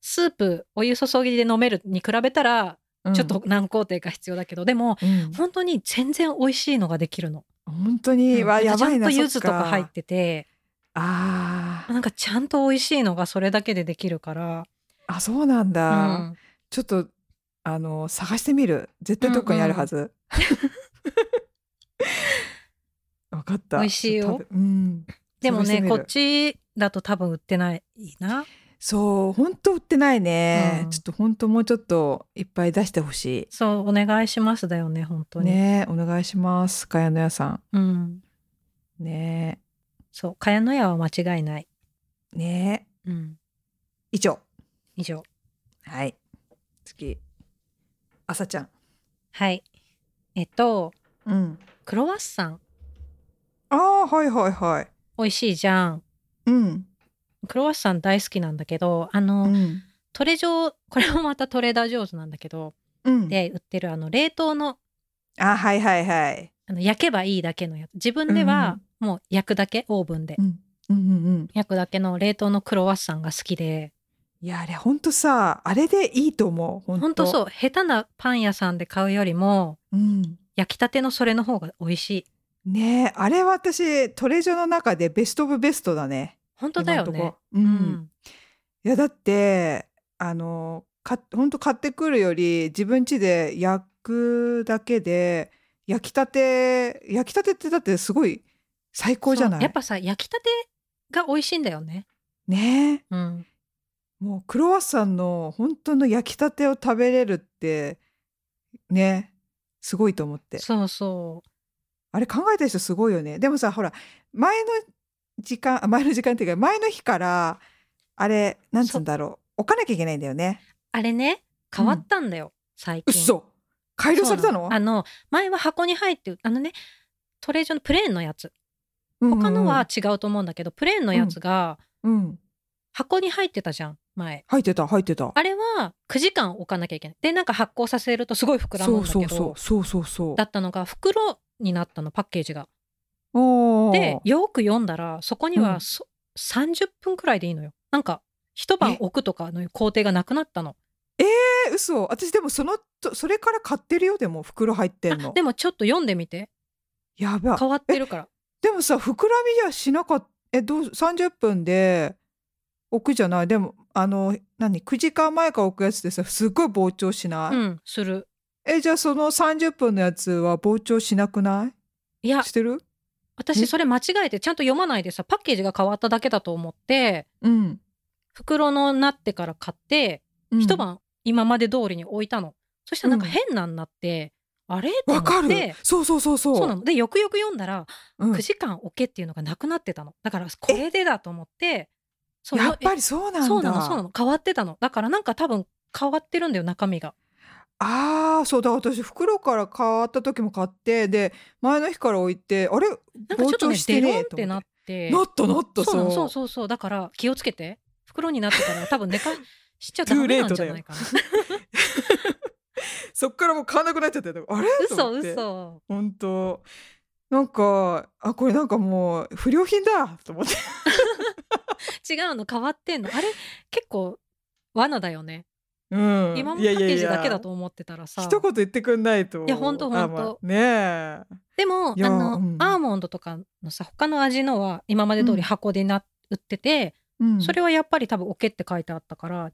Speaker 2: スープ、お湯注ぎで飲めるに比べたら、
Speaker 1: うん
Speaker 2: ちょっと何工程か必要だけど、でも、
Speaker 1: うん
Speaker 2: 本当に全然美味しいのができるの。
Speaker 1: 本当に、
Speaker 2: うん
Speaker 1: わや
Speaker 2: ちゃ
Speaker 1: ばい
Speaker 2: ん
Speaker 1: な
Speaker 2: と柚子とか
Speaker 1: そっ
Speaker 2: 入ってて、
Speaker 1: あー
Speaker 2: なんかちゃんと美味しいのがそれだけでできるから、
Speaker 1: あそうなん
Speaker 2: う
Speaker 1: だ、
Speaker 2: ん、
Speaker 1: ちょっとあの探してみる絶対どっかにあるはず、 わかった
Speaker 2: 美味しいよ
Speaker 1: ちょっと食べうん
Speaker 2: でも
Speaker 1: 探して
Speaker 2: ね、
Speaker 1: み
Speaker 2: こ
Speaker 1: る
Speaker 2: っちだと多分売ってないな。
Speaker 1: そう本当売ってないね、
Speaker 2: うん
Speaker 1: ちょっと本当もうちょっといっぱい出してほし
Speaker 2: そう、お願いしますだよね、本当
Speaker 1: い
Speaker 2: に。
Speaker 1: ねお願いします茅野屋さん
Speaker 2: うん。
Speaker 1: ね
Speaker 2: そう、茅野屋は間違いない。
Speaker 1: えねえ
Speaker 2: うん。
Speaker 1: 以上
Speaker 2: 以上。
Speaker 1: はい次あさちゃん
Speaker 2: はい。えっと、
Speaker 1: うん
Speaker 2: クロワッサン、
Speaker 1: ああはいはいはい
Speaker 2: 美味しいじゃん。
Speaker 1: うん
Speaker 2: クロワッサン大好きなんだけどあ
Speaker 1: う
Speaker 2: の、
Speaker 1: ん
Speaker 2: トレジョーこれもまたトレーダー上手なんだけど、
Speaker 1: うん、
Speaker 2: で売ってるあの冷凍の
Speaker 1: あはいはいはい。
Speaker 2: あの焼けばいいだけのやつ自分ではもう焼くだけオーブンで、
Speaker 1: うんうんうんうん、
Speaker 2: 焼くだけの冷凍のクロワッサンが好きで
Speaker 1: いやあれほんとさあれでいいと思うほんと
Speaker 2: ほんとそう下手なパン屋さんで買うよりも
Speaker 1: う、ん、
Speaker 2: 焼きたてのそれの方が美味しい
Speaker 1: ねえあれは私トレジョの中でベスト・オブ・ベストだね
Speaker 2: 本当だよ
Speaker 1: 今ん
Speaker 2: ね
Speaker 1: とこ、うん
Speaker 2: うん
Speaker 1: いやだってあのかほんと買ってくるより自分家で焼くだけで焼きたて焼きたてってだってすごい最高じゃない
Speaker 2: そ
Speaker 1: う
Speaker 2: やっぱさ焼きたてが美味しいんだよね
Speaker 1: ねえ
Speaker 2: うん
Speaker 1: もうクロワッサンの本当の焼きたてを食べれるってねすごいと思って
Speaker 2: そうそう
Speaker 1: あれ考えた人すごいよね。でもさ、ほら、前の時間、あ前の時間っていうか、前の日から、あれ、なんつうんだろう、置かなきゃいけないんだよね。
Speaker 2: あれね変わったんだよ、最
Speaker 1: うっ
Speaker 2: 近
Speaker 1: そ改良されたの
Speaker 2: そうなあの前は箱に入ってあのねトレージョのプレーンのやつ他
Speaker 1: 他
Speaker 2: のは、違うと思うんだけど、プレーンのやつが
Speaker 1: うんうん、
Speaker 2: 箱に入ってたじゃん前
Speaker 1: 入ってた、入ってた。
Speaker 2: あれは9時間置かなきゃいけないでなんか発酵させるとすごい膨らむんだけど
Speaker 1: そうそうそう、そうそう
Speaker 2: だったのが袋になったのパッケージが
Speaker 1: そう。
Speaker 2: でよく読んだらそこに
Speaker 1: うん
Speaker 2: はそ、30分くらいでいいのよなんか一晩
Speaker 1: え
Speaker 2: 置くとかの工程がなくなったの
Speaker 1: えー、嘘。私でもそのと、それから買ってるよ、でも、袋入ってんの。
Speaker 2: でもちょっと読んでみて
Speaker 1: やば。
Speaker 2: 変わってるから
Speaker 1: でもさ、膨らみじゃしなかった。え、どう、30分で置くじゃない。でも、あの、何、9時間前から置くやつってさ、すっごい膨張しない。
Speaker 2: うんする
Speaker 1: えじゃあその30分のやつは膨張しなくない
Speaker 2: いや
Speaker 1: してるえ
Speaker 2: 私それ間違えてちゃんと読まないでさパッケージが変わっただけだと思って
Speaker 1: うん、
Speaker 2: 袋のなってから買って
Speaker 1: うん
Speaker 2: 一晩今まで通りに置いたの、そしたらなんか変なんなって、あれと思
Speaker 1: わ
Speaker 2: っ
Speaker 1: かる
Speaker 2: て
Speaker 1: そうそうそうそう
Speaker 2: そうなのでよくよく読んだら、
Speaker 1: うん
Speaker 2: 9時間置けっていうのがなくなってたのだからこれでだと思ってそう
Speaker 1: やっぱ
Speaker 2: り
Speaker 1: りそうなんだ
Speaker 2: そうなのそうなの変わってたのだからなんか多分変わってるんだよ中身が
Speaker 1: ああそうだから私袋から変わった時も買ってで前の日から置いてあれ
Speaker 2: なんかちょっと
Speaker 1: 膨張
Speaker 2: ね
Speaker 1: し
Speaker 2: デ
Speaker 1: て
Speaker 2: ロ
Speaker 1: ね
Speaker 2: ン
Speaker 1: え
Speaker 2: ってなって
Speaker 1: なったなった
Speaker 2: そうなの
Speaker 1: そ
Speaker 2: そううそうそうだから気をつけて袋になってたら多分寝かしちゃダメなんじゃないかな
Speaker 3: そっからもう買わなくなっちゃってたあれと
Speaker 2: 嘘
Speaker 3: 思って
Speaker 2: 嘘
Speaker 3: 本当
Speaker 1: なんかあこれなんかもう不良品だ
Speaker 3: と思って
Speaker 2: 違うの変わってんのあれ結構罠だよね
Speaker 3: うん
Speaker 2: 今も
Speaker 3: い
Speaker 2: パ
Speaker 3: や
Speaker 2: ッ
Speaker 3: い
Speaker 2: ケ
Speaker 3: や
Speaker 2: ー
Speaker 3: い
Speaker 2: ジ
Speaker 3: や
Speaker 2: だけだと思ってたらさ
Speaker 3: 一言言ってくんないと
Speaker 2: いやほんとほんと
Speaker 3: あまあねえ
Speaker 2: でもあ
Speaker 1: いやう
Speaker 2: の、
Speaker 1: ん
Speaker 2: アーモンドとかのさ他の味のは今まで通り箱でな、売ってて
Speaker 1: うん
Speaker 2: それはやっぱり多分オケって書いてあったから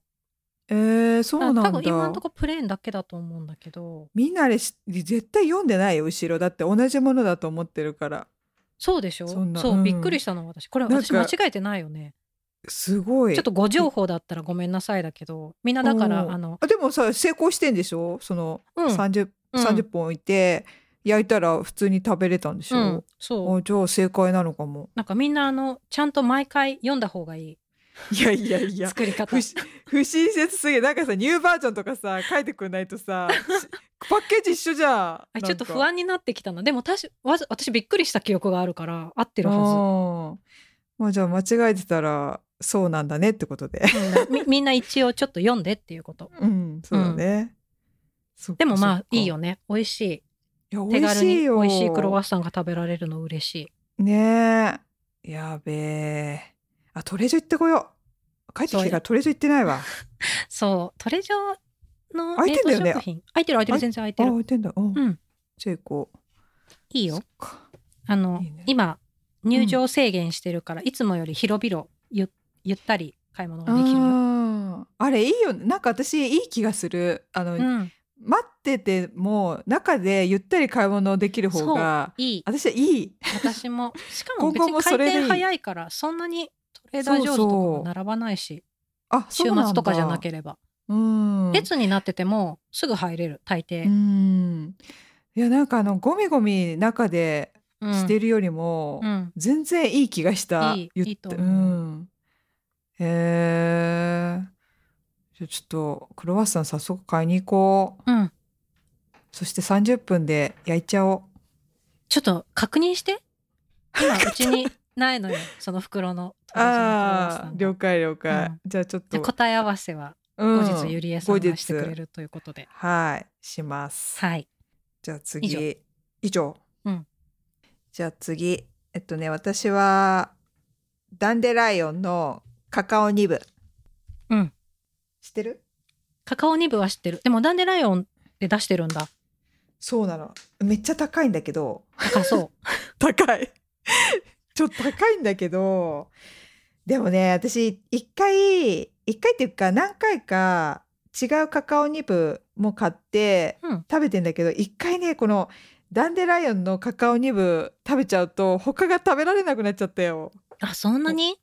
Speaker 1: えー、そうなんだ
Speaker 2: 多分今んとこプレーンだけだと思うんだけど
Speaker 1: みんなあれし絶対読んでないよ後ろだって同じものだと思ってるから
Speaker 2: そうでしょ
Speaker 1: そんな
Speaker 2: そう、
Speaker 1: うん
Speaker 2: びっくりしたの私これ
Speaker 1: なんか
Speaker 2: 私間違えてないよね
Speaker 1: すごい
Speaker 2: ちょっと誤情報だったらごめんなさいだけどみんなだから
Speaker 1: おー
Speaker 2: あの
Speaker 1: あでもさ成功してんでしょその
Speaker 2: うん、
Speaker 1: 30,
Speaker 2: うん
Speaker 1: 30本置いて焼いたら普通に食べれたんでし
Speaker 2: う
Speaker 1: ょ
Speaker 2: ん、、そう
Speaker 1: あじゃあ正解なのかも
Speaker 2: なんかみんなあのちゃんと毎回読んだ方が い
Speaker 3: いやいやい
Speaker 2: い
Speaker 3: や
Speaker 2: 作り方
Speaker 3: 不し不親切すぎるなんかさニューバージョンとかさ書いてくんないとさ しパッケージ一緒じゃん
Speaker 2: あち
Speaker 3: な
Speaker 2: ょっと
Speaker 3: んか
Speaker 2: 不安になってきたなでもたしわざ私びっくりした記憶があるから合ってるはず
Speaker 1: あーまあじゃあ間違えてたらそうなんだねってことで
Speaker 2: うんみ みんな一応ちょっと読んでっていうこと
Speaker 1: うんそうだね、そっか
Speaker 2: でもま
Speaker 1: そ
Speaker 2: あ
Speaker 1: っか
Speaker 2: いいよね美味しい
Speaker 1: いや
Speaker 2: 手
Speaker 1: 美味
Speaker 2: 軽
Speaker 1: し
Speaker 2: に
Speaker 1: い
Speaker 2: 美
Speaker 1: よ
Speaker 2: 味しいクロワッサンが食べられるの嬉しい
Speaker 1: ねえやべえあトレジョ行ってこよう帰ってきてからトレジョ行ってないわ
Speaker 2: そうトレジョーの
Speaker 1: 開い
Speaker 2: 冷
Speaker 1: てん
Speaker 2: 凍
Speaker 1: だよね
Speaker 2: 食品空いてる空いてる全然空い
Speaker 1: あ
Speaker 2: てる
Speaker 1: 置いてんだうん、
Speaker 2: うん
Speaker 1: じゃあ行こう
Speaker 2: いい
Speaker 1: そ
Speaker 2: よ
Speaker 1: っか
Speaker 2: あの
Speaker 1: いいね
Speaker 2: 今入場制限してるから、いつもより広々ゆゆったり買い物ができるよ、
Speaker 1: あーあれいいよねなんか私いい気がするあの、
Speaker 2: うん、
Speaker 1: 待ってても中でゆったり買い物できる方が
Speaker 2: いい
Speaker 1: 私はいい
Speaker 2: 私もしか
Speaker 1: 今
Speaker 2: も別
Speaker 1: 後
Speaker 2: に
Speaker 1: もそ
Speaker 2: 回
Speaker 1: れでいい
Speaker 2: 転早いからそんなにトレーダー上手とかも並ばないし
Speaker 1: あそうな
Speaker 2: 週
Speaker 1: んだ
Speaker 2: 末とかじゃなければ、
Speaker 1: うん
Speaker 2: 列になっててもすぐ入れる大
Speaker 1: う
Speaker 2: 抵、
Speaker 1: んいやなんかあのゴミゴミ中で
Speaker 2: うん
Speaker 1: してるよりも、
Speaker 2: うん、
Speaker 1: 全然いい気がした
Speaker 2: いい
Speaker 1: ゆっ
Speaker 2: いいと思うん
Speaker 1: へえじゃあちょっとクロワッサン早速買いに行こう
Speaker 2: うん、
Speaker 1: そして30分で焼いちゃおう
Speaker 2: ちょっと確認して今うちにない のよその袋のトレジョーのクロワッサン
Speaker 3: あ
Speaker 2: が
Speaker 3: ー了解了解、
Speaker 2: うん
Speaker 3: じゃあちょっ
Speaker 2: じゃ
Speaker 3: と
Speaker 2: あ答え合わせは
Speaker 1: うん
Speaker 2: 後日ゆりえさん
Speaker 1: 後
Speaker 2: が
Speaker 1: 日
Speaker 2: してくれるということで、
Speaker 1: はいします。
Speaker 2: はい
Speaker 1: じゃあ次
Speaker 2: 以上
Speaker 1: 以上
Speaker 2: うん
Speaker 1: じゃあ次えっとね私はダンデライオンのカカオニブ
Speaker 2: うん
Speaker 1: 知ってる
Speaker 2: カカオニブは知ってるでもダンデライオンで出してるんだ
Speaker 1: そうなのめっちゃ高いんだけど
Speaker 2: 高そう
Speaker 3: 高い。
Speaker 1: ちょっと高いんだけどでもね私一回一回っていうか何回か違うカカオニブも買って
Speaker 2: うん
Speaker 1: 食べてんだけど一回ねこのダンデライオンのカカオニブ食べちゃうと他が食べられなくなっちゃったよ。
Speaker 2: あそんなに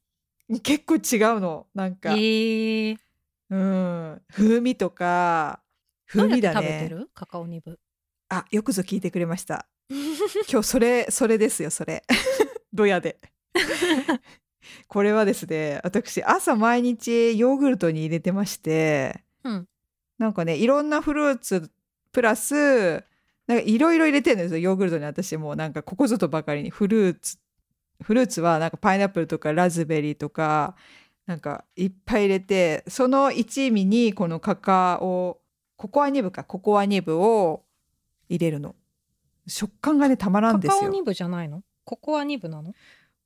Speaker 1: 結構違うのなん
Speaker 2: え
Speaker 1: か、
Speaker 2: ー、
Speaker 1: うん風味とか
Speaker 2: ど
Speaker 1: 風
Speaker 2: うやっ
Speaker 1: 味だ
Speaker 2: て食べて
Speaker 1: ね
Speaker 2: る、カカオニブ
Speaker 1: あよくぞ聞いてくれました今日それそれですよそれドヤ でこれはですね私朝毎日ヨーグルトに入れてまして、
Speaker 2: うん
Speaker 1: なんかねいろんなフルーツプラスなんかいろいろ入れてるんですよヨーグルトに私もうなんかここぞとばかりにフルーツフルーツはなんかパイナップルとかラズベリーとかなんかいっぱい入れてその一味にこのカカオココアニブかココアニブを入れるの食感がねたまらん
Speaker 2: カ
Speaker 1: ですよ
Speaker 2: カオニブじゃないのココアニブなの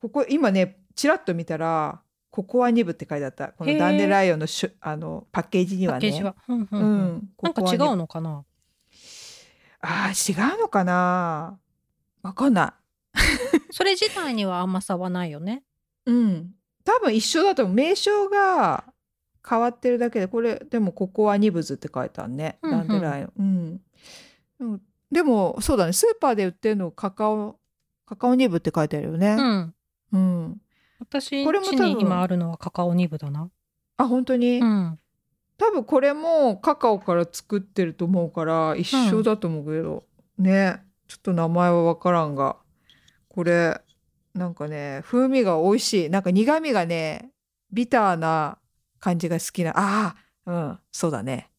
Speaker 1: ここ今ねちらっと見たら「ココアニブ」って書いてあったこ
Speaker 2: へ
Speaker 1: の
Speaker 2: ー
Speaker 1: ダンデライオンのしゅあのパッケージに
Speaker 2: パッ
Speaker 1: は
Speaker 2: ケ
Speaker 1: ね
Speaker 2: ージは、うんうん
Speaker 1: う
Speaker 2: うんんなんか違う
Speaker 1: の
Speaker 2: のかな
Speaker 1: あー違うのかなわかんな
Speaker 2: それ自体には甘さはないよね
Speaker 1: いうん多分一緒だと思う名称が変わってるだけでこれでも「ココアニブズ」って書いてあるね、
Speaker 2: うんうん
Speaker 1: ダンデライオンうんうんでもそうだねスーパーで売ってるのカカオカカオニブって書いてあるよ
Speaker 2: う
Speaker 1: ね
Speaker 2: ん
Speaker 1: うん、
Speaker 2: 私
Speaker 1: これも多
Speaker 2: 家
Speaker 1: 分
Speaker 2: に今あるのはカカオニブだな
Speaker 1: あ本当に、
Speaker 2: うん
Speaker 1: 多分これもカカオから作ってると思うから一緒だと思うけど、ねちょっと名前は分からんがこれなんかね風味が美味しいなんか苦味がねビターな感じが好きなあーうんそうだね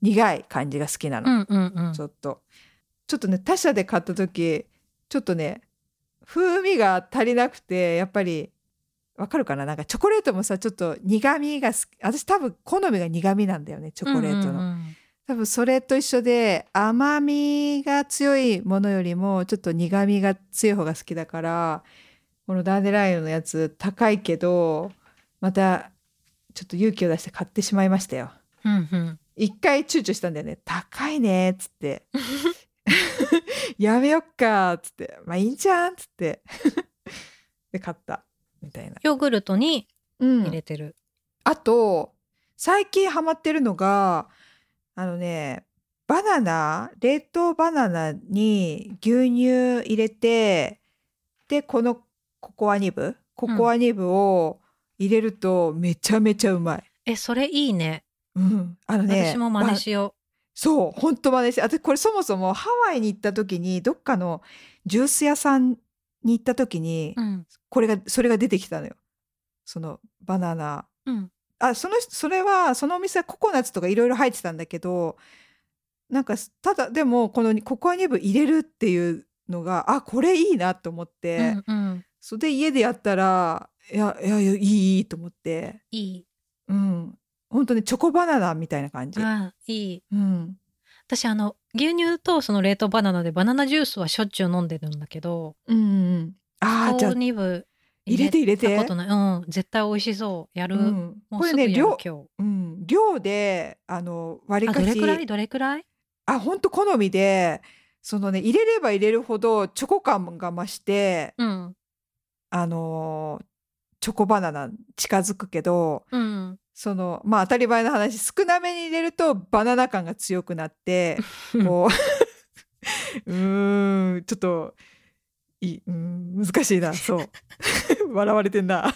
Speaker 1: 苦い感じが好きな
Speaker 2: う
Speaker 1: の、
Speaker 2: んうんうん
Speaker 1: ちょっとちょっとね他社で買った時ちょっとね風味が足りなくてやっぱりわかるかななんかチョコレートもさちょっと苦味が好き私多分好みが苦味なんだよねチョコレートの、
Speaker 2: うんうんうん
Speaker 1: 多分それと一緒で甘みが強いものよりもちょっと苦味が強い方が好きだからこのダーデライオンのやつ高いけどまたちょっと勇気を出して買ってしまいましたよ
Speaker 2: うんうん
Speaker 1: 一回躊躇したんだよね「高いね」っつって「やめよっか」っつって「まあいいんじゃん」っつってで買ったみたいな、
Speaker 2: ヨーグルトに
Speaker 1: うん
Speaker 2: 入れてる、
Speaker 1: あと最近ハマってるのがあのねバナナ冷凍バナナに牛乳入れてでこのココアニブココアニブを入れるとめちゃめちゃうまい、
Speaker 2: えそれいいね
Speaker 1: うん、あのね
Speaker 2: 私も真似しよ
Speaker 1: そう、本当真似して、私これそもそもハワイに行った時に、どっかのジュース屋さんに行った時に
Speaker 2: う、、うん
Speaker 1: これが、それが出てきたのよ。そのバナナ。
Speaker 2: うん
Speaker 1: あ、その、それは、そのお店はココナッツとかいろいろ入ってたんだけど、なんか、ただ、でも、このココアニブ入れるっていうのが、あ、これいいなと思って、
Speaker 2: うんうん
Speaker 1: それで家でやったら、いや、いや、いやいい、いいと思って、
Speaker 2: い
Speaker 1: うん。本当にチョコバナナみたいな感
Speaker 2: い
Speaker 1: じ。
Speaker 2: あいい
Speaker 1: うん。
Speaker 2: 私あの牛乳とその冷凍バナナでバナナジュースはしょっちゅう飲んでるんだけど
Speaker 1: うんうん。ああ、
Speaker 2: コ
Speaker 1: じゃ
Speaker 2: ー
Speaker 1: あ
Speaker 2: ニブ
Speaker 1: 入れて入れて
Speaker 2: たことないうん絶対美味しそうやる、
Speaker 1: うん、こ
Speaker 2: もう
Speaker 1: れ
Speaker 2: すぐや
Speaker 1: ね
Speaker 2: る
Speaker 1: 量
Speaker 2: 今、日
Speaker 1: うん、量であの割り
Speaker 2: あど
Speaker 1: か
Speaker 2: れ
Speaker 1: し
Speaker 2: くらいどれくらい
Speaker 1: あ本当好みでそのね入れれば入れるほどチョコ感が増して
Speaker 2: うん
Speaker 1: あのーチョコバナナに近づくけど
Speaker 2: うん
Speaker 1: そのまあ当たり前の話少なめに入れるとバナナ感が強くな ってこう うーんちょっというん難しいなそう 笑われてんな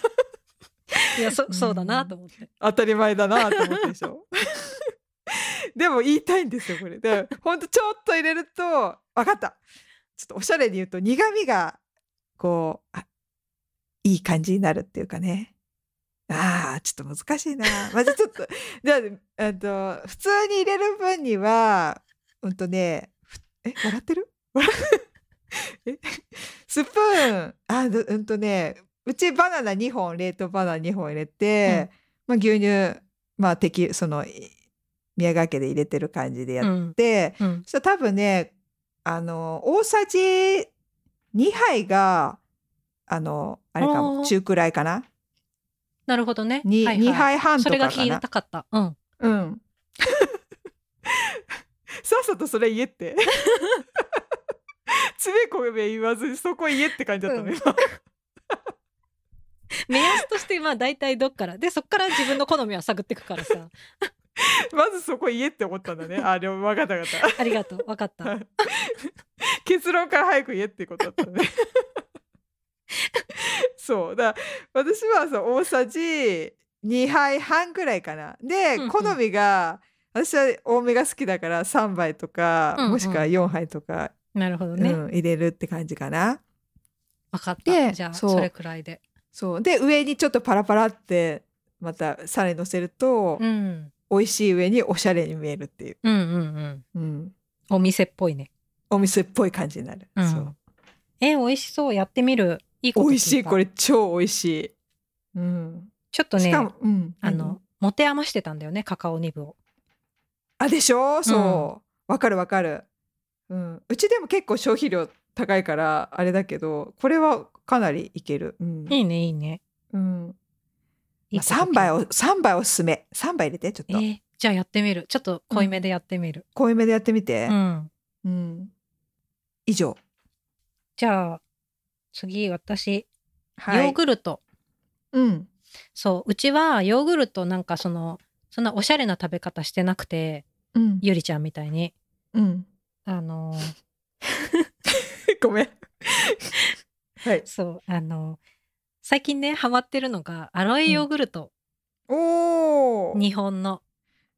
Speaker 1: い
Speaker 2: やそ
Speaker 1: そうだなと
Speaker 2: 思って
Speaker 1: 当たり前だなと思ったでしょ でも言いたいんですよこれでほんとちょっと入れると分かったちょっとおしゃれに言うと苦味がこうあいい感じになるっていうかねあーちょっと難しいなまずちょっと じゃあえっと普通に入れる分にはうんとねふえ笑ってる笑 えスプーンあのうんとねうちバナナ2本冷凍バナナ2本入れて、まあ、牛乳まあ敵そのい宮川家で入れてる感じでや
Speaker 2: う
Speaker 1: っ
Speaker 2: ん
Speaker 1: て、
Speaker 2: うん
Speaker 1: そしたら多分ねあの大さじ2杯があのあれか
Speaker 2: あ
Speaker 1: も
Speaker 2: ー
Speaker 1: 中くらいかな
Speaker 2: なるほどね。
Speaker 1: に、
Speaker 2: はい
Speaker 1: 2
Speaker 2: は
Speaker 1: 杯
Speaker 2: い
Speaker 1: 半と
Speaker 2: そ
Speaker 1: か
Speaker 2: れ
Speaker 1: か
Speaker 2: が
Speaker 1: な
Speaker 2: 聞いたかった。うん。
Speaker 1: うん
Speaker 3: さっさとそれ言えって つべこべ言わずにそこ言えって感じだったの、
Speaker 2: うん
Speaker 3: 今
Speaker 2: 目安としてまあ大体どっからでそっから自分の好みは探っていくからさ
Speaker 3: まずそこ言えって思ったんだねあでも分かった分かっ
Speaker 2: ありがとう分かった
Speaker 3: た結論から早く言えってことだったの ねそうだから私はそう大さじ
Speaker 1: 2杯半ぐらいかなで、
Speaker 2: うんうん
Speaker 1: 好みが私は多めが好きだから3杯とか、
Speaker 2: うんうん
Speaker 1: もしくは4杯とか、
Speaker 2: なるほどね、
Speaker 1: うん、入れるって感じかな
Speaker 2: 分かった
Speaker 1: で
Speaker 2: じゃあ
Speaker 1: そ
Speaker 2: そうれくらいで
Speaker 1: そうで上にちょっとパラパラってまたさらに乗せると、
Speaker 2: うん
Speaker 1: 美味しい上におしゃれに見えるっていう、
Speaker 2: うんうんうん
Speaker 1: うん、
Speaker 2: お店っぽいね、
Speaker 1: お店っぽい感じになる、
Speaker 2: うん
Speaker 1: そう
Speaker 2: え美味しそうやってみるいいこと
Speaker 1: 美味
Speaker 2: 聞いた
Speaker 1: しいこれ超美味しい、うん、
Speaker 2: ちょっと
Speaker 1: し
Speaker 2: ね
Speaker 1: かも、うん、
Speaker 2: あ
Speaker 1: 何
Speaker 2: の持て余してたんだよねカカオニブを
Speaker 1: あでしょそうわ、かるわかる、うん、うちでも結構消費量高いからあれだけどこれはかなりいける、うん
Speaker 2: いいねいいね
Speaker 1: うん
Speaker 2: いい
Speaker 1: まあ、
Speaker 2: こと聞
Speaker 1: 3
Speaker 2: いた
Speaker 1: 杯を三杯おすすめ3杯入れてちょっ
Speaker 2: え
Speaker 1: と、
Speaker 2: ーじゃあやってみるちょっと濃いめでやってみる
Speaker 1: 濃いめでやってみて
Speaker 2: う、ん
Speaker 1: うん以上
Speaker 2: じゃあ次私ヨ
Speaker 1: はい
Speaker 2: ーグルト、
Speaker 1: うん
Speaker 2: そううちはヨーグルトなんかそのそんなおしゃれな食べ方してなくて
Speaker 1: うん
Speaker 2: ゆりちゃんみたいに
Speaker 1: うん
Speaker 2: あのー
Speaker 1: ご めんはい
Speaker 2: そうあのー最近ねハマってるのがアロエヨーグルト、
Speaker 1: おお
Speaker 2: 日本の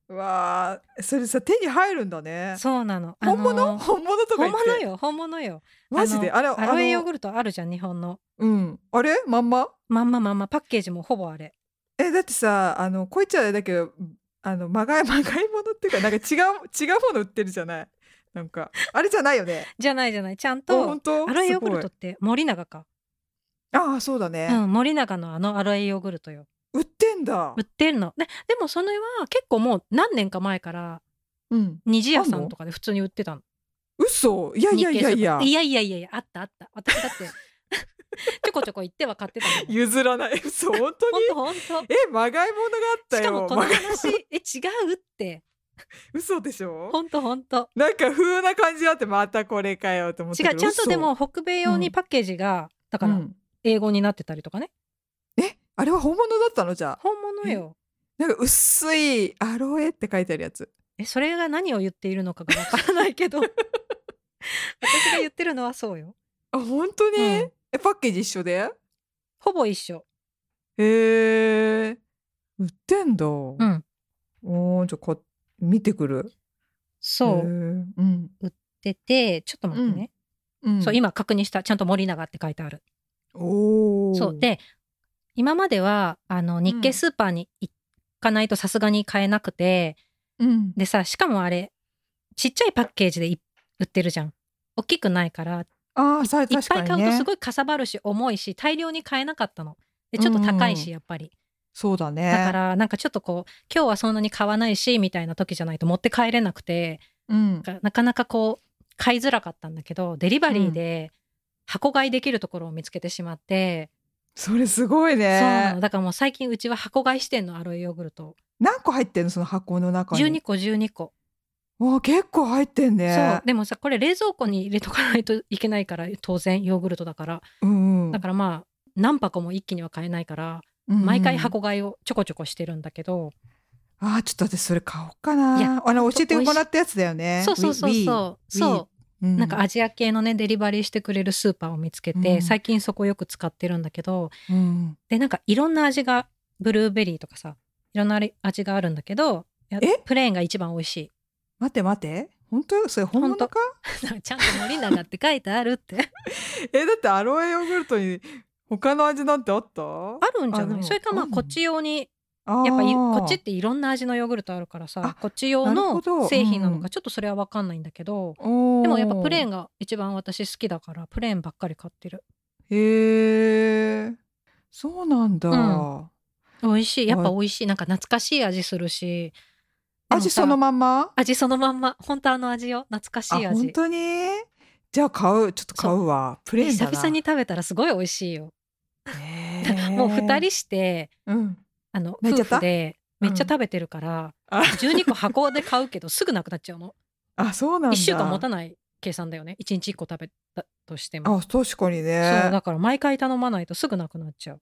Speaker 1: わあそれさ手に入るんだね
Speaker 2: そうなの、あの
Speaker 1: 本
Speaker 2: ー
Speaker 1: 物、本物とか言
Speaker 2: 本
Speaker 1: って
Speaker 2: 物よ本物よ
Speaker 1: マジで
Speaker 2: あ
Speaker 1: あれ
Speaker 2: のアロエヨー
Speaker 1: ル
Speaker 2: グルトあるじゃん日本の
Speaker 1: トうんあれまんま
Speaker 2: まんままんまパッケージもほぼあれ
Speaker 1: えだってさあのこいつはあれだけどあのまがい まがいものっていうかなんか違う 違うもの売ってるじゃないなんかあれじゃないよね
Speaker 2: じゃないじゃないちゃん
Speaker 1: あ
Speaker 2: と
Speaker 1: 本当
Speaker 2: アロエヨーグルトっ
Speaker 1: す
Speaker 2: て森永か、
Speaker 1: ごいああそうだ
Speaker 2: う
Speaker 1: ね、
Speaker 2: ん、森永のあのアロエヨーグルトよ
Speaker 1: 売ってんだ
Speaker 2: 売ってるのねでもそれは結構もう何年か前から
Speaker 1: うん
Speaker 2: 虹屋さんとかで普通に売ってたの。
Speaker 1: 嘘いやいやいやいや
Speaker 2: 日系スーパーいやいやいやいやあったあった。私だって ちょこちょこ行っては買って たの。
Speaker 3: 譲らない嘘本当
Speaker 2: 本
Speaker 3: に
Speaker 2: 当本当。
Speaker 1: えまがいものがあったよ
Speaker 2: しかもこの
Speaker 1: まがい
Speaker 2: 話え違うって
Speaker 3: 嘘でしょ
Speaker 2: 本当本当。
Speaker 3: なんか風な感じだってまたこれかよと思っ
Speaker 2: 違
Speaker 3: て
Speaker 2: うちゃんとでも北米用にパッケージが、だ
Speaker 1: う
Speaker 2: から
Speaker 1: ん
Speaker 2: 英語になってたりとかね。
Speaker 1: えあれは本物だったのじゃあ
Speaker 2: 本物よ。
Speaker 1: なんか薄いアロエって書いてあるやつ
Speaker 2: えそれが何を言っているのかがわからないけ ど私が言ってるのはそうよ。
Speaker 1: あ本当に、
Speaker 2: うん
Speaker 1: えパッケージ一緒で
Speaker 2: ほぼ一緒。
Speaker 1: へえ売ってんだう
Speaker 2: うん。
Speaker 1: おーじゃあこ見てくる
Speaker 2: そう
Speaker 1: へー
Speaker 2: 売っ
Speaker 1: うん
Speaker 2: ててちょっと待ってね。
Speaker 1: うん
Speaker 2: そう今確認したちゃんと森永って書いてある。
Speaker 1: おー
Speaker 2: そうで今まではあの日系スーパーに行かないとさすがに買えなくて、
Speaker 1: うん
Speaker 2: でさしかもあれちっちゃいパッケージでい売ってるじゃん大きくないから
Speaker 1: ああさ
Speaker 2: いっ
Speaker 1: 確
Speaker 2: ぱ
Speaker 1: か
Speaker 2: い
Speaker 1: に
Speaker 2: 買うと
Speaker 1: ね
Speaker 2: すごいかさばるし重いし大量に買えなかったのでちょっと高い
Speaker 1: うんう
Speaker 2: し
Speaker 1: ん
Speaker 2: やっぱり、
Speaker 1: そうだね
Speaker 2: だからなんかちょっとこう今日はそんなに買わないしみたいな時じゃないと持って帰れなくて
Speaker 1: うん
Speaker 2: なんかなかなかこう買いづらかったんだけどデリバリーで箱買いできるところを見つけてしまって、
Speaker 1: それすごい
Speaker 2: そうな
Speaker 1: ね
Speaker 2: のだからもう最近うちは箱買いしてんのアロエヨーグルト
Speaker 1: 何個入ってんのその箱の中に
Speaker 2: 12個12個、
Speaker 1: わあ結構入ってん
Speaker 2: そう
Speaker 1: ね
Speaker 2: でもさこれ冷蔵庫に入れとかないといけないから当然ヨーグルトだから
Speaker 1: うんうん
Speaker 2: だからまあ何箱も一気には買えないから
Speaker 1: うんうん
Speaker 2: 毎回箱買いをちょこちょこしてるんだけど、
Speaker 1: あーちょっと私それ買おうか
Speaker 2: いや
Speaker 1: なあの
Speaker 2: ほんと
Speaker 1: 教えてもらったやつだよね
Speaker 2: そうそうそうそうそうう、
Speaker 1: ん
Speaker 2: なんかアジア系のねデリバリーしてくれるスーパーを見つけて、
Speaker 1: うん
Speaker 2: 最近そこよく使ってるんだけど
Speaker 1: うん
Speaker 2: でなんかいろんな味がブルーベリーとかさいろんなあれ味があるんだけどいや
Speaker 1: え
Speaker 2: プレーンが一番美味しい
Speaker 1: 待って待って本当それ本物か
Speaker 2: ちゃんと森永って書いてあるって
Speaker 3: えだってアロエヨーグルトに他の味なんてあった
Speaker 2: あるんじ ゃ
Speaker 1: あで
Speaker 2: ない
Speaker 1: も
Speaker 2: それかまあ
Speaker 1: あるの
Speaker 2: こっち用に
Speaker 1: や
Speaker 2: やっぱいこっちっていろんな味のヨーグルトあるからさ
Speaker 1: あ
Speaker 2: こっち用
Speaker 1: なる
Speaker 2: の
Speaker 1: ほど
Speaker 2: 製品なの
Speaker 1: うんう
Speaker 2: かちょっとそれは分かんないんだけど、
Speaker 1: で
Speaker 2: でもやっぱプレーン
Speaker 1: が
Speaker 2: が一番私好きだからプレーンばっかり買ってる
Speaker 1: へえそうなんだ、
Speaker 2: うん美味しいやっぱ美味しいなんか懐かしい味するしでもさ
Speaker 1: 味そのまんま
Speaker 2: 味そのまんま本当あの味よ懐かし
Speaker 1: あ
Speaker 2: い
Speaker 1: 本
Speaker 2: 味
Speaker 1: 当にじゃあ買うちょっと買うわプレーン
Speaker 2: 久
Speaker 1: だな
Speaker 2: 々に食べたらすごい美味しいよ、
Speaker 1: ねえ
Speaker 2: なんかもう2人して
Speaker 1: うん
Speaker 2: あの
Speaker 1: 泣いちゃ
Speaker 2: 夫
Speaker 1: った
Speaker 2: 婦でめっちゃ
Speaker 1: うん
Speaker 2: 食べてるから、
Speaker 1: あ
Speaker 2: 12個箱で買うけどすぐなくなっちゃうの
Speaker 1: あそう なんだ
Speaker 2: 1週間持たない計算だよね1日1個食べたとしても
Speaker 1: あ確かに
Speaker 2: そう
Speaker 1: ね
Speaker 2: だから毎回頼まないとすぐなくなっちゃう、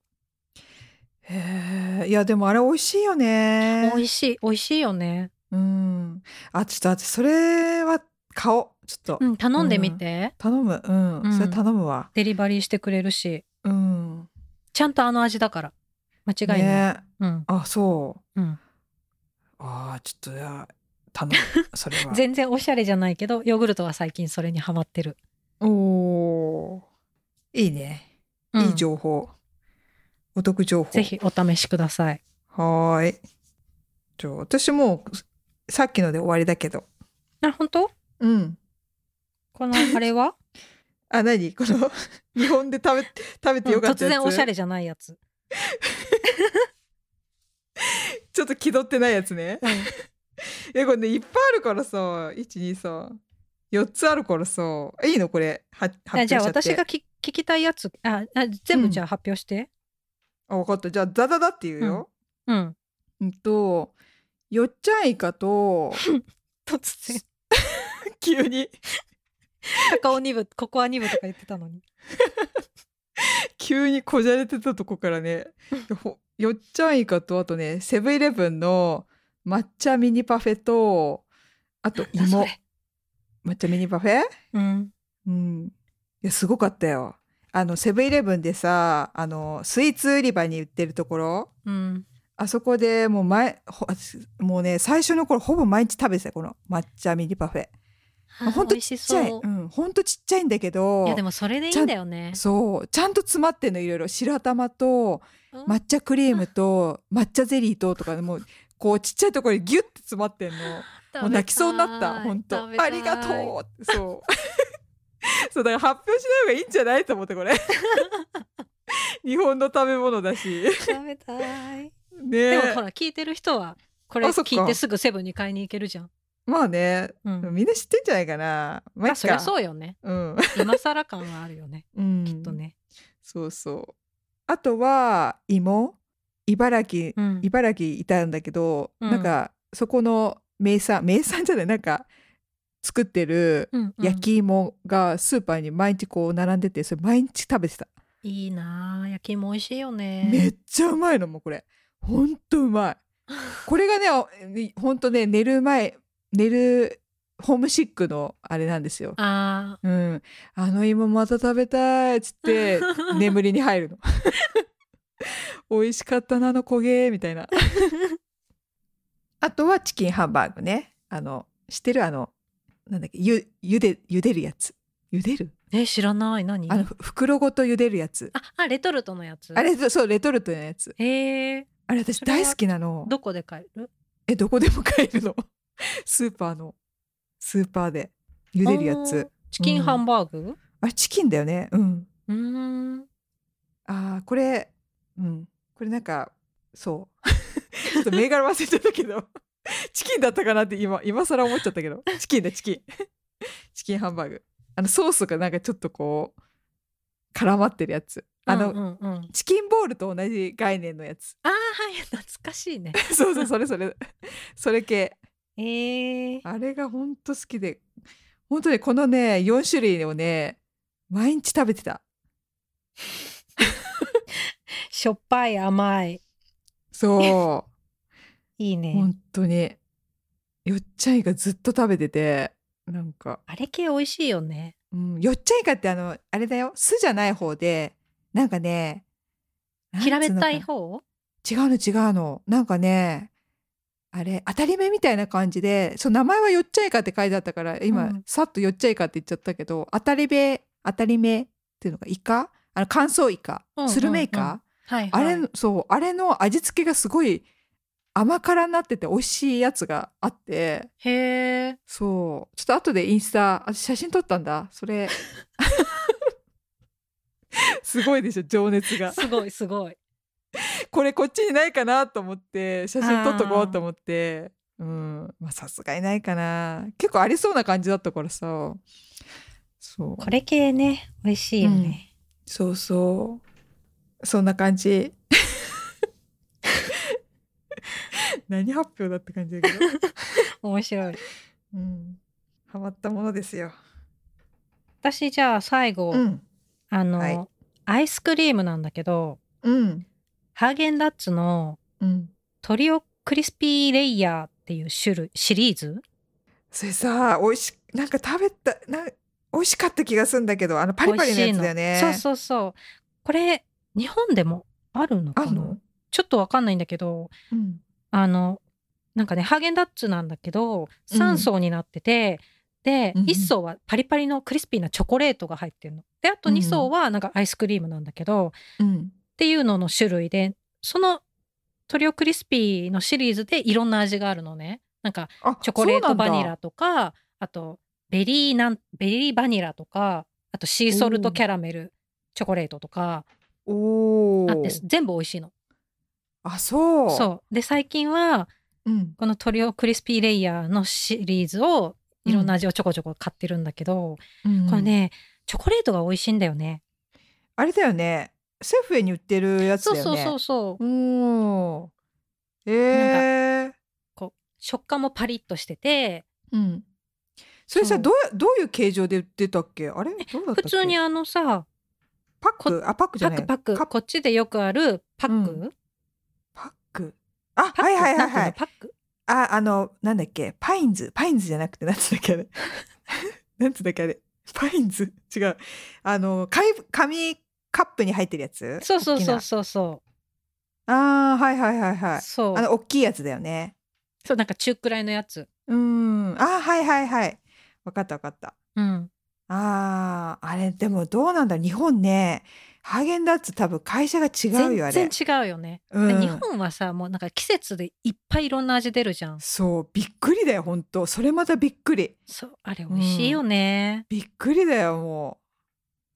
Speaker 1: へえいやでもあれ美味しいよね
Speaker 2: 美味しい美味しいよね
Speaker 1: うんあちょっと私それは買おうちょっと、
Speaker 2: うん頼んでみて、
Speaker 1: 頼むうん、
Speaker 2: うん
Speaker 1: それ頼むわ
Speaker 2: デリバリーしてくれるし
Speaker 1: うん
Speaker 2: ちゃんとあの味だから間違いない、
Speaker 1: ね
Speaker 2: うん
Speaker 1: あそう
Speaker 2: うん、
Speaker 1: あーちょっといや 頼むそれは
Speaker 2: 全然おしゃれじゃないけどヨーグルトは最近それにハマってる、
Speaker 1: おおーいいね、
Speaker 2: うん
Speaker 1: いい情報お得情報
Speaker 2: ぜひお試しください
Speaker 1: はーいじゃあ私もうさっきので終わりだけど
Speaker 2: あ本当
Speaker 1: うん
Speaker 2: このあれは
Speaker 1: あ何 この日本で食べ食べて よかっ
Speaker 2: 突
Speaker 1: たやつ、
Speaker 2: 然おしゃれじゃないやつ
Speaker 1: ちょっと気取ってないやつね
Speaker 2: うん
Speaker 1: えこれねいっぱいあるからさ123 4つあるからさいいのこれは発
Speaker 2: あ
Speaker 1: 表しち
Speaker 2: じゃ
Speaker 1: ゃ
Speaker 2: あ
Speaker 1: って
Speaker 2: 私がき聞きたいやつああ全部じゃあ発表して
Speaker 1: あ分かったじゃあザザザって言うよ、
Speaker 2: うん、
Speaker 1: うんとよっちゃんイカ と
Speaker 2: 突然
Speaker 3: 急に
Speaker 2: 高尾2部ココア2部とか言ってたのに
Speaker 3: 急にこじゃれてたとこからね
Speaker 1: ほよっちゃんイカとあとねセブンイレブンの抹茶ミニパフェとあと
Speaker 2: なんだそ
Speaker 1: 芋
Speaker 2: れ
Speaker 1: 抹茶ミニパフェ
Speaker 2: うん
Speaker 1: うんいやすごかったよあのセブンイレブンでさあのスイーツ売り場に売ってるところ
Speaker 2: うん
Speaker 1: あそこでもう前ほもうね最初の頃ほぼ毎日食べてたこの抹茶ミニパフェ
Speaker 2: あ
Speaker 1: ほん
Speaker 2: 美
Speaker 1: と
Speaker 2: 味し
Speaker 1: ちっちゃい
Speaker 2: そううん
Speaker 1: ほんとちっちゃいんだけど
Speaker 2: いやでもそれでいいんだよね
Speaker 1: そうちゃんと詰まってんのいろいろ白玉と
Speaker 2: うん
Speaker 1: 抹茶クリームと抹茶ゼリーととかでもうこうちっちゃいところにギュッて詰まってんのもう泣きそうになった本当
Speaker 2: 食べたい
Speaker 1: ありが
Speaker 2: 食べたい
Speaker 1: とうそう そうだから発表しない方がいいんじゃないと思って これ日本の食べ物だし
Speaker 2: 食べ たい
Speaker 1: ね
Speaker 2: でもほら聞いてる人はこれ
Speaker 1: あそっか
Speaker 2: 聞いてすぐセブンに買いに行けるじゃん
Speaker 1: まあね
Speaker 2: うん
Speaker 1: みんな知ってんじゃないかなまあいっ
Speaker 2: まあ
Speaker 1: か
Speaker 2: そりゃそうよね
Speaker 1: うん、
Speaker 2: 今更感はあるよ ね
Speaker 1: うん、
Speaker 2: きっとね
Speaker 1: そうそうあとは芋茨城
Speaker 2: うん
Speaker 1: 茨城いたんだけど、
Speaker 2: うん
Speaker 1: なんかそこの名産名産じゃないなんか作ってる
Speaker 2: うんうん
Speaker 1: 焼き芋がスーパーに毎日こう並んでてそれ毎日食べてた、
Speaker 2: いいなあ焼き芋美味しいよね
Speaker 1: めっちゃうまいのもうこれほんとうまいこれがねおほんとね寝る前寝るホームシックのあれなんですよ
Speaker 2: あー
Speaker 1: うん、あの芋また食べたいっつって 眠りに入るの 美味しかったなあの焦げみたいな あとはチキンハンバーグねあの知ってるあのなんだっけゆゆでゆでるやつゆでる
Speaker 2: え知らない何
Speaker 1: あのふ袋ごとゆでるやつ
Speaker 2: ああレトルトのやつ
Speaker 1: あれそうレトルトのやつ
Speaker 2: へえ
Speaker 1: あれ私
Speaker 2: それは
Speaker 1: 大好きなの
Speaker 2: どこで買える
Speaker 1: えどこでも買えるの スーパーのスーパーでゆでるや
Speaker 2: あー
Speaker 1: つ
Speaker 2: チキンハンバーグ
Speaker 1: あれチキンだよねうん
Speaker 2: うーん
Speaker 1: あーこれうんこれなんかそう ちょっと銘柄忘れちゃったけど チキンだったかなって今今更思っちゃったけ どチキンだチキン チキンハンバーグあのソースがなんかちょっとこう絡まってるやつあの、
Speaker 2: うんうんうん
Speaker 1: チキンボールと同じ概念のやつ
Speaker 2: あーはい懐かしいね
Speaker 1: そうそうそれそれ それ系
Speaker 2: えー、
Speaker 1: あれがほんと好きでほんとにこのね4種類をね毎日食べてた
Speaker 2: しょっぱい甘い
Speaker 1: そう
Speaker 2: いいね
Speaker 1: 本当によっちゃんイカずっと食べててなんか、
Speaker 2: あれ系美味しいよね
Speaker 1: うん、よっちゃんイカってあのあれだよ酢じゃない方でなんかねなんつうの
Speaker 2: 平べ
Speaker 1: かな
Speaker 2: ったい方
Speaker 1: 違うの違うのなんかねあれ当たり目みたいな感じでそう名前はよっちゃいかって書いてあったから今、
Speaker 2: うん
Speaker 1: さっとよっちゃいかって言っちゃったけど当たり目当たり目っていうのがイカあの乾燥イカ、
Speaker 2: うんうん
Speaker 1: スルメイカ、
Speaker 2: はい、
Speaker 1: あ
Speaker 2: はい、
Speaker 1: れの、そう、あれの味付けがすごい甘辛になってて美味しいやつがあって、
Speaker 2: へえ
Speaker 1: そう、ちょっと後でインスタ、あ写真撮ったんだ。そ れ。すごいでしょ、情熱が。
Speaker 2: すごいすごい
Speaker 3: これこっちにないかなと思って写真撮っとこうと思ってうんまあさすがにないかな結構ありそうな感じだったからさそう
Speaker 2: これ系ね、美味しいよね。
Speaker 3: そうそうそんな感 じ何発表だって感じだけど、
Speaker 2: 面白い。
Speaker 3: うん、ハマったものですよ
Speaker 2: 私じゃあ最後、
Speaker 3: ん
Speaker 2: あの、
Speaker 3: はい
Speaker 2: アイスクリームなんだけど、
Speaker 3: うん
Speaker 2: ハーゲンダッツの
Speaker 3: うん
Speaker 2: トリオクリスピーレイヤーっていう種類、シリーズ
Speaker 3: それさ美味しなんか食べたな美味しかった気がするんだけどあのパリパリのやつだよね
Speaker 2: 美味しいのそうそうそう。これ、日本でもあるのか
Speaker 3: あ
Speaker 2: なん
Speaker 3: の、
Speaker 2: ちょっとわかんないんだけど、
Speaker 3: うん、
Speaker 2: あの、なんかね、ハーゲンダッツなんだけど、3層になってて、で、
Speaker 3: うんうん
Speaker 2: 1層はパリパリのクリスピーなチョコレートが入ってるの。で、あと2層はなんかアイスクリームなんだけど、
Speaker 3: うん、
Speaker 2: っていうのの種類でそのトリオクリスピーのシリーズでいろんな味があるのねなんか
Speaker 3: あ
Speaker 2: チョコレー
Speaker 3: そ
Speaker 2: ト
Speaker 3: うな
Speaker 2: バ
Speaker 3: んだ
Speaker 2: ニラとかあとベリーなんベリーバニラとかあとシーソルトキャラメルチョコレートとか
Speaker 3: お
Speaker 2: あ
Speaker 3: お
Speaker 2: って全部美味しいの
Speaker 3: あそう
Speaker 2: そうで最近は
Speaker 3: うん
Speaker 2: このトリオクリスピーレイヤーのシリーズをいろんな味をちょこちょこ買ってるんだけど、
Speaker 3: うん
Speaker 2: これねチョコレートが美味しいんだよね
Speaker 1: あれだよねセフェに売ってるやつだ
Speaker 2: そ
Speaker 1: よ
Speaker 2: う
Speaker 1: ね
Speaker 2: そうそうそう
Speaker 1: おーえー、
Speaker 2: 食感もパリッとしてて
Speaker 3: うん
Speaker 1: それさ
Speaker 2: そう
Speaker 1: どうどういう形状で売ってたっけあれどうだったっけ
Speaker 2: 普通にあのさ
Speaker 1: パックあパックじ
Speaker 2: パ
Speaker 1: ゃな
Speaker 2: ッ
Speaker 1: い
Speaker 2: クパック
Speaker 1: カッ
Speaker 2: こっちでよくあるパック、
Speaker 1: うパック
Speaker 2: パ
Speaker 1: あ
Speaker 2: ック
Speaker 1: はいはいは
Speaker 2: ないんてう
Speaker 1: は
Speaker 2: の
Speaker 1: い
Speaker 2: パック
Speaker 1: ああのなんだっけパインズパインズじゃなくてなんつうんだっけあれ
Speaker 3: なんつうんだっけあれパインズ違うあのかい紙カップに入ってるやつ
Speaker 2: そうそうそう
Speaker 3: 大き
Speaker 2: そうそ
Speaker 1: あーはいはいはいは
Speaker 2: う
Speaker 1: い
Speaker 2: そう
Speaker 1: あの大きいやつだよね
Speaker 2: そうなんか中くらいのやつ
Speaker 1: うんあーはいはいはいわかったわかった
Speaker 2: うん
Speaker 1: あーあれでもどうなんだ日本ねハーゲンダッツ多分会社が違うよあ
Speaker 2: 全
Speaker 1: れ
Speaker 2: 然違うよね、
Speaker 1: うん
Speaker 2: 日本はさもうなんか季節でいっぱいいろんな味出るじゃん
Speaker 1: そうびっくりだよ本当それまたびっくり
Speaker 2: そうあれ美味しいよね、
Speaker 1: びっくりだよも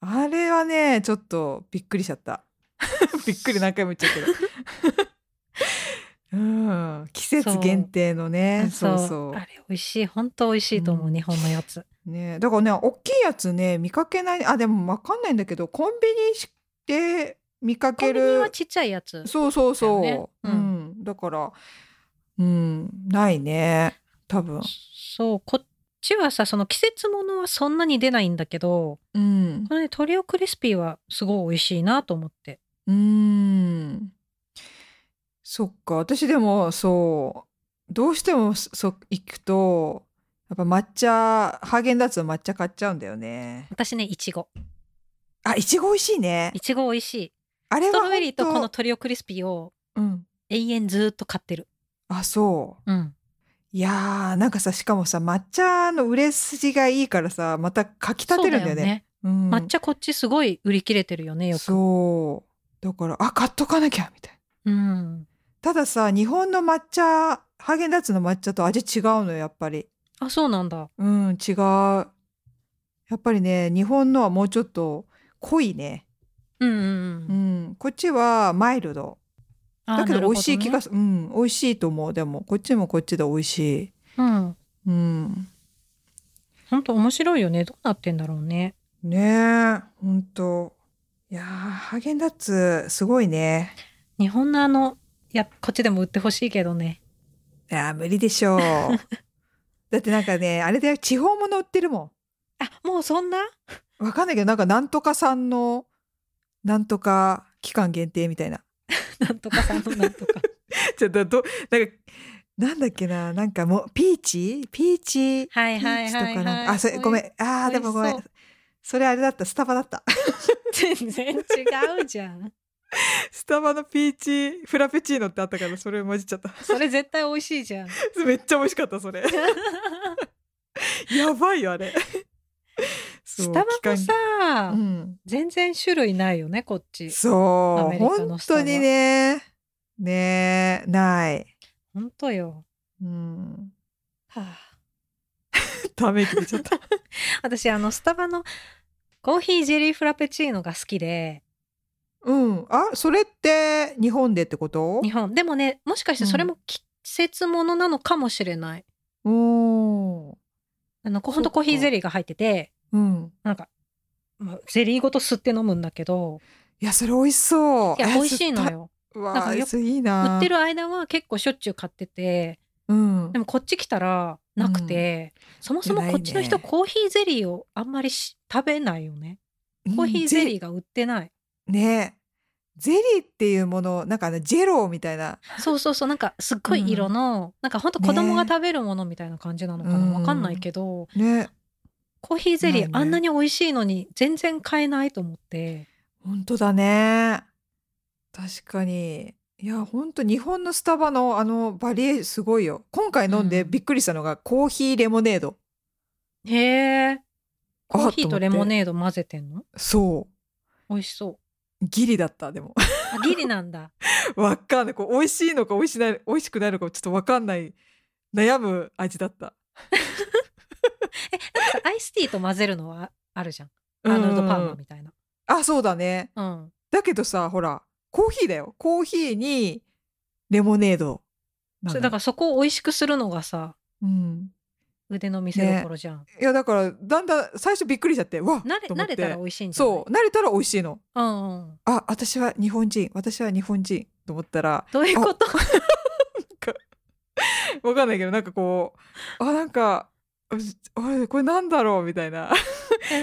Speaker 1: うあれはねちょっとびっくりしちゃった びっくり何回も言っちゃうけど うん季節限定のね
Speaker 2: あ
Speaker 1: そうそう
Speaker 2: あれ美味しい本当美味しいと思う、
Speaker 1: うん
Speaker 2: 日本のやつ
Speaker 1: ねだからね大きいやつね見かけないあでもわかんないんだけどコンビニして見か
Speaker 2: コン
Speaker 1: け
Speaker 2: ビニは
Speaker 1: る
Speaker 2: ちっちゃいやつ
Speaker 1: そうそうそう、
Speaker 2: だよ
Speaker 1: う、
Speaker 2: ねうん
Speaker 1: だからうんないね多分
Speaker 2: そうこっちはさその季節ものはそんなに出ないんだけど
Speaker 1: うん
Speaker 2: このねトリオクリスピーはすごい美味しいなと思って
Speaker 1: うーん。そっか。私でも、そう。どうしても、そそう、行くと、やっぱ抹茶、ハーゲンダッツの抹茶買っちゃうんだよね。
Speaker 2: 私ねいちご
Speaker 1: あ、いちご美味しいね
Speaker 2: い。ちご美味しい
Speaker 1: あれ
Speaker 2: ス
Speaker 1: は
Speaker 2: ト
Speaker 1: ほん
Speaker 2: ロベリーとこのトリオクリスピーを
Speaker 1: うん。
Speaker 2: 永遠ずーっと買ってる。
Speaker 1: あ、そう。
Speaker 2: うん。
Speaker 1: いやー、なんかさ、しかもさ、抹茶の売れ筋がいいからさ、またかきたてるんだよね。うん、
Speaker 2: 抹茶こっちすごい売り切れてるよねよく。
Speaker 1: そう。だから、あ、買っとかなきゃ、みたいな。
Speaker 2: うん。
Speaker 1: たださ、日本の抹茶、ハーゲンダッツの抹茶と味違うのよ、やっぱり。
Speaker 2: あそうなんだ。
Speaker 1: うん、違う。やっぱりね、日本のはもうちょっと濃いね。
Speaker 2: うんうんう。
Speaker 1: うんん、こっちはマイルド。
Speaker 2: あ
Speaker 1: だけど美味しい気が
Speaker 2: す
Speaker 1: する。うん、美味しいと思う。でも、こっちもこっちで美味しい。
Speaker 2: る。うん。
Speaker 1: うん。
Speaker 2: 本当面白いよね。どうなってんだろうね。
Speaker 1: ねえ、ほんと。いやー、ハーゲンダッツ、すごいね。
Speaker 2: 日本のあのいやこっちでも売ってほしいけどね。
Speaker 1: いやー、無理で しょう。だってなんかね、あれだよ、地方物売ってるも
Speaker 2: あもうそんな？
Speaker 1: ん。わかんないけど、なんかなんとかさんの、なんとか期間限定みたいな。
Speaker 2: なんとかさんのなんとか。
Speaker 1: ちょっとどなんかなんだっけななんかもうピーチピーチ
Speaker 2: はい
Speaker 1: ピ
Speaker 2: はい
Speaker 1: ーチと
Speaker 2: は
Speaker 1: か
Speaker 2: いは
Speaker 1: ないん
Speaker 2: はい。
Speaker 1: かあそれごめんあーで
Speaker 2: 美味しそう
Speaker 1: もごめんそれあれだったスタバだった
Speaker 2: 全然違うじゃん。
Speaker 3: スタバのピーチフラペチーノってあったからそれ混じっちゃった
Speaker 2: それ絶対美味しいじゃん。
Speaker 3: めっちゃ美味しかったそれやばいよあれ
Speaker 2: スタバもさ、
Speaker 1: う、ん、
Speaker 2: 全然種類ないよねこっち。ア
Speaker 1: そ
Speaker 2: メ
Speaker 1: う
Speaker 2: リカの
Speaker 1: 本
Speaker 2: スタバ
Speaker 1: 当にねねえない、
Speaker 2: 本当よ。
Speaker 1: うん、
Speaker 2: はあ、
Speaker 3: ため息出ちゃった
Speaker 2: 私あのスタバのコーヒージェリーフラペチーノが好きで
Speaker 1: うん。あ、それって日本でってこと
Speaker 2: 日本でもねもしかしてそれも季節ものなのかもしれない、
Speaker 1: おー
Speaker 2: あのこほんとコーヒーゼリーが入ってて
Speaker 1: うん。
Speaker 2: なんか、まあ、ゼリーごと吸って飲むんだけど
Speaker 1: いや、それ美味しそう。
Speaker 2: いや
Speaker 1: え
Speaker 2: 美味しいの。
Speaker 1: 酸っ
Speaker 2: よ
Speaker 1: ぱうわ
Speaker 2: なんかよ
Speaker 1: ー、それいいな。
Speaker 2: 売ってる間は結構しょっちゅう買ってて
Speaker 1: うん。
Speaker 2: でもこっち来たらなくて、そもそもこっちの人
Speaker 1: 偉いね
Speaker 2: コーヒーゼリーをあんまりし食べないよね
Speaker 1: うん
Speaker 2: コーヒーゼリーが売ってない、
Speaker 1: ねゼリーっていうものなんかあのジェローみたいな
Speaker 2: そうそうそうなんかすっごい色の、なんかほんと子供が
Speaker 1: ね
Speaker 2: 食べるものみたいな感じなのかな、
Speaker 1: うん
Speaker 2: わかんないけど
Speaker 1: ね
Speaker 2: コーヒーゼリー
Speaker 1: ないね
Speaker 2: あんなに美味しいのに全然買えないと思って
Speaker 1: 本当だね確かにいや本当日本のスタバのあのバリエーションすごいよ今回飲んで
Speaker 2: うん
Speaker 1: びっくりしたのが、コーヒーレモネード
Speaker 2: へえ
Speaker 1: あ
Speaker 2: コーヒーとレモ
Speaker 1: ー
Speaker 2: ネード混ぜてんの
Speaker 1: そ
Speaker 2: 美味しそう
Speaker 1: うギリだったでも
Speaker 2: あギリなん だ
Speaker 1: わかんないこう美味しいのか美味しない美味しくないのかちょっとわかんない悩む味だった
Speaker 2: なんかアイスティーと混ぜるのはあるじゃんアーノルド・パーマ
Speaker 1: うん
Speaker 2: みたいな
Speaker 1: あそうだね
Speaker 2: うん
Speaker 1: だけどさほらコーヒーだよコーヒーにレモネードなん
Speaker 2: それだからそこを美味しくするのがさ
Speaker 1: うん
Speaker 2: 腕の見せ所じゃん、
Speaker 1: いやだからだんだん最初びっくりしちゃってわっ
Speaker 2: 慣れ
Speaker 1: と思っ
Speaker 2: 慣
Speaker 1: て
Speaker 2: れたら美味しいんじゃない
Speaker 1: そう慣れたら美味しいの
Speaker 2: う、んうん、
Speaker 1: あ私は日本人私は日本人と思った ら
Speaker 2: どういうこと
Speaker 1: わかんないけどなんかこうあなんかうあれこれなんだろうみたいな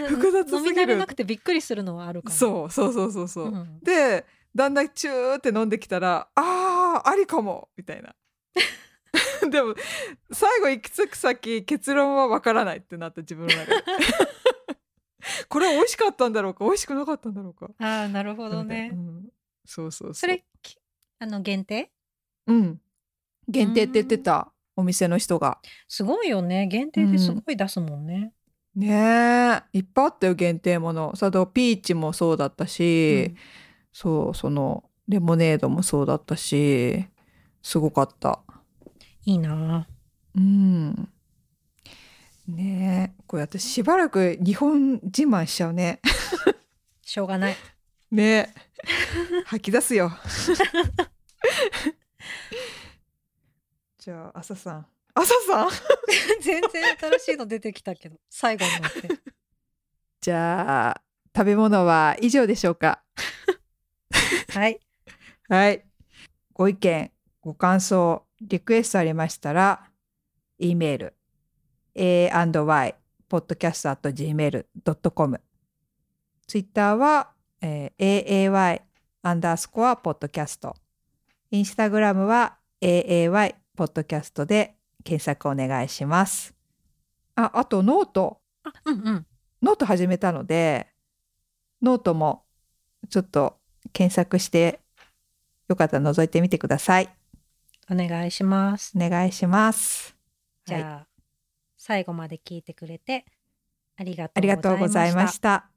Speaker 1: 複雑すぎる
Speaker 2: 飲み慣れなくてびっくりするのはあるかも
Speaker 1: そうそうそうそうそう、
Speaker 2: うん
Speaker 1: でだんだんチューって飲んできたらあーありかもみたいな でも最後行き着く先結論はわからないってなった自分の中 でこれは美味しかったんだろうか美味しくなかったんだろうか
Speaker 2: ああなるほど
Speaker 1: う
Speaker 2: ね。
Speaker 1: ん、そうそうそう
Speaker 2: それきあの限定
Speaker 1: うん限定って言ってたお店の人が
Speaker 2: すごいよね限定ですごい出すもんね。
Speaker 1: ねえいっぱいあったよ限定ものさとピーチもそうだったし、
Speaker 2: うん
Speaker 1: そうそのレモネードもそうだったしすごかった
Speaker 2: いいなあ。
Speaker 1: うんねえこれ私しばらく日本自慢しちゃうね
Speaker 2: しょうが ない。
Speaker 1: ねえ 吐き出すよ じゃあ朝さん朝さん
Speaker 2: 全然新しいの出てきたけど最後になって。
Speaker 1: じゃあ食べ物は以上でしょうか
Speaker 2: はい。
Speaker 1: はいご意見ご感想リクエストありましたら e メール a&y podcast.gmail.com ツイッターは、えー aay アンダースコアポッドキャストインスタグラムは aay ポッドキャストで検索お願いしますああとノート
Speaker 2: あうんうん。
Speaker 1: ノート始めたので、ノートもちょっと検索して、よかったら覗いてみてください。
Speaker 2: お願いします。
Speaker 1: お願いします。
Speaker 2: じゃあ、
Speaker 1: はい
Speaker 2: 最後まで聞いてくれてありが
Speaker 1: ありがと
Speaker 2: とう
Speaker 1: う
Speaker 2: ご
Speaker 1: ご
Speaker 2: ざ
Speaker 1: ざ
Speaker 2: い
Speaker 1: い
Speaker 2: ま
Speaker 1: まし。
Speaker 2: した
Speaker 1: た。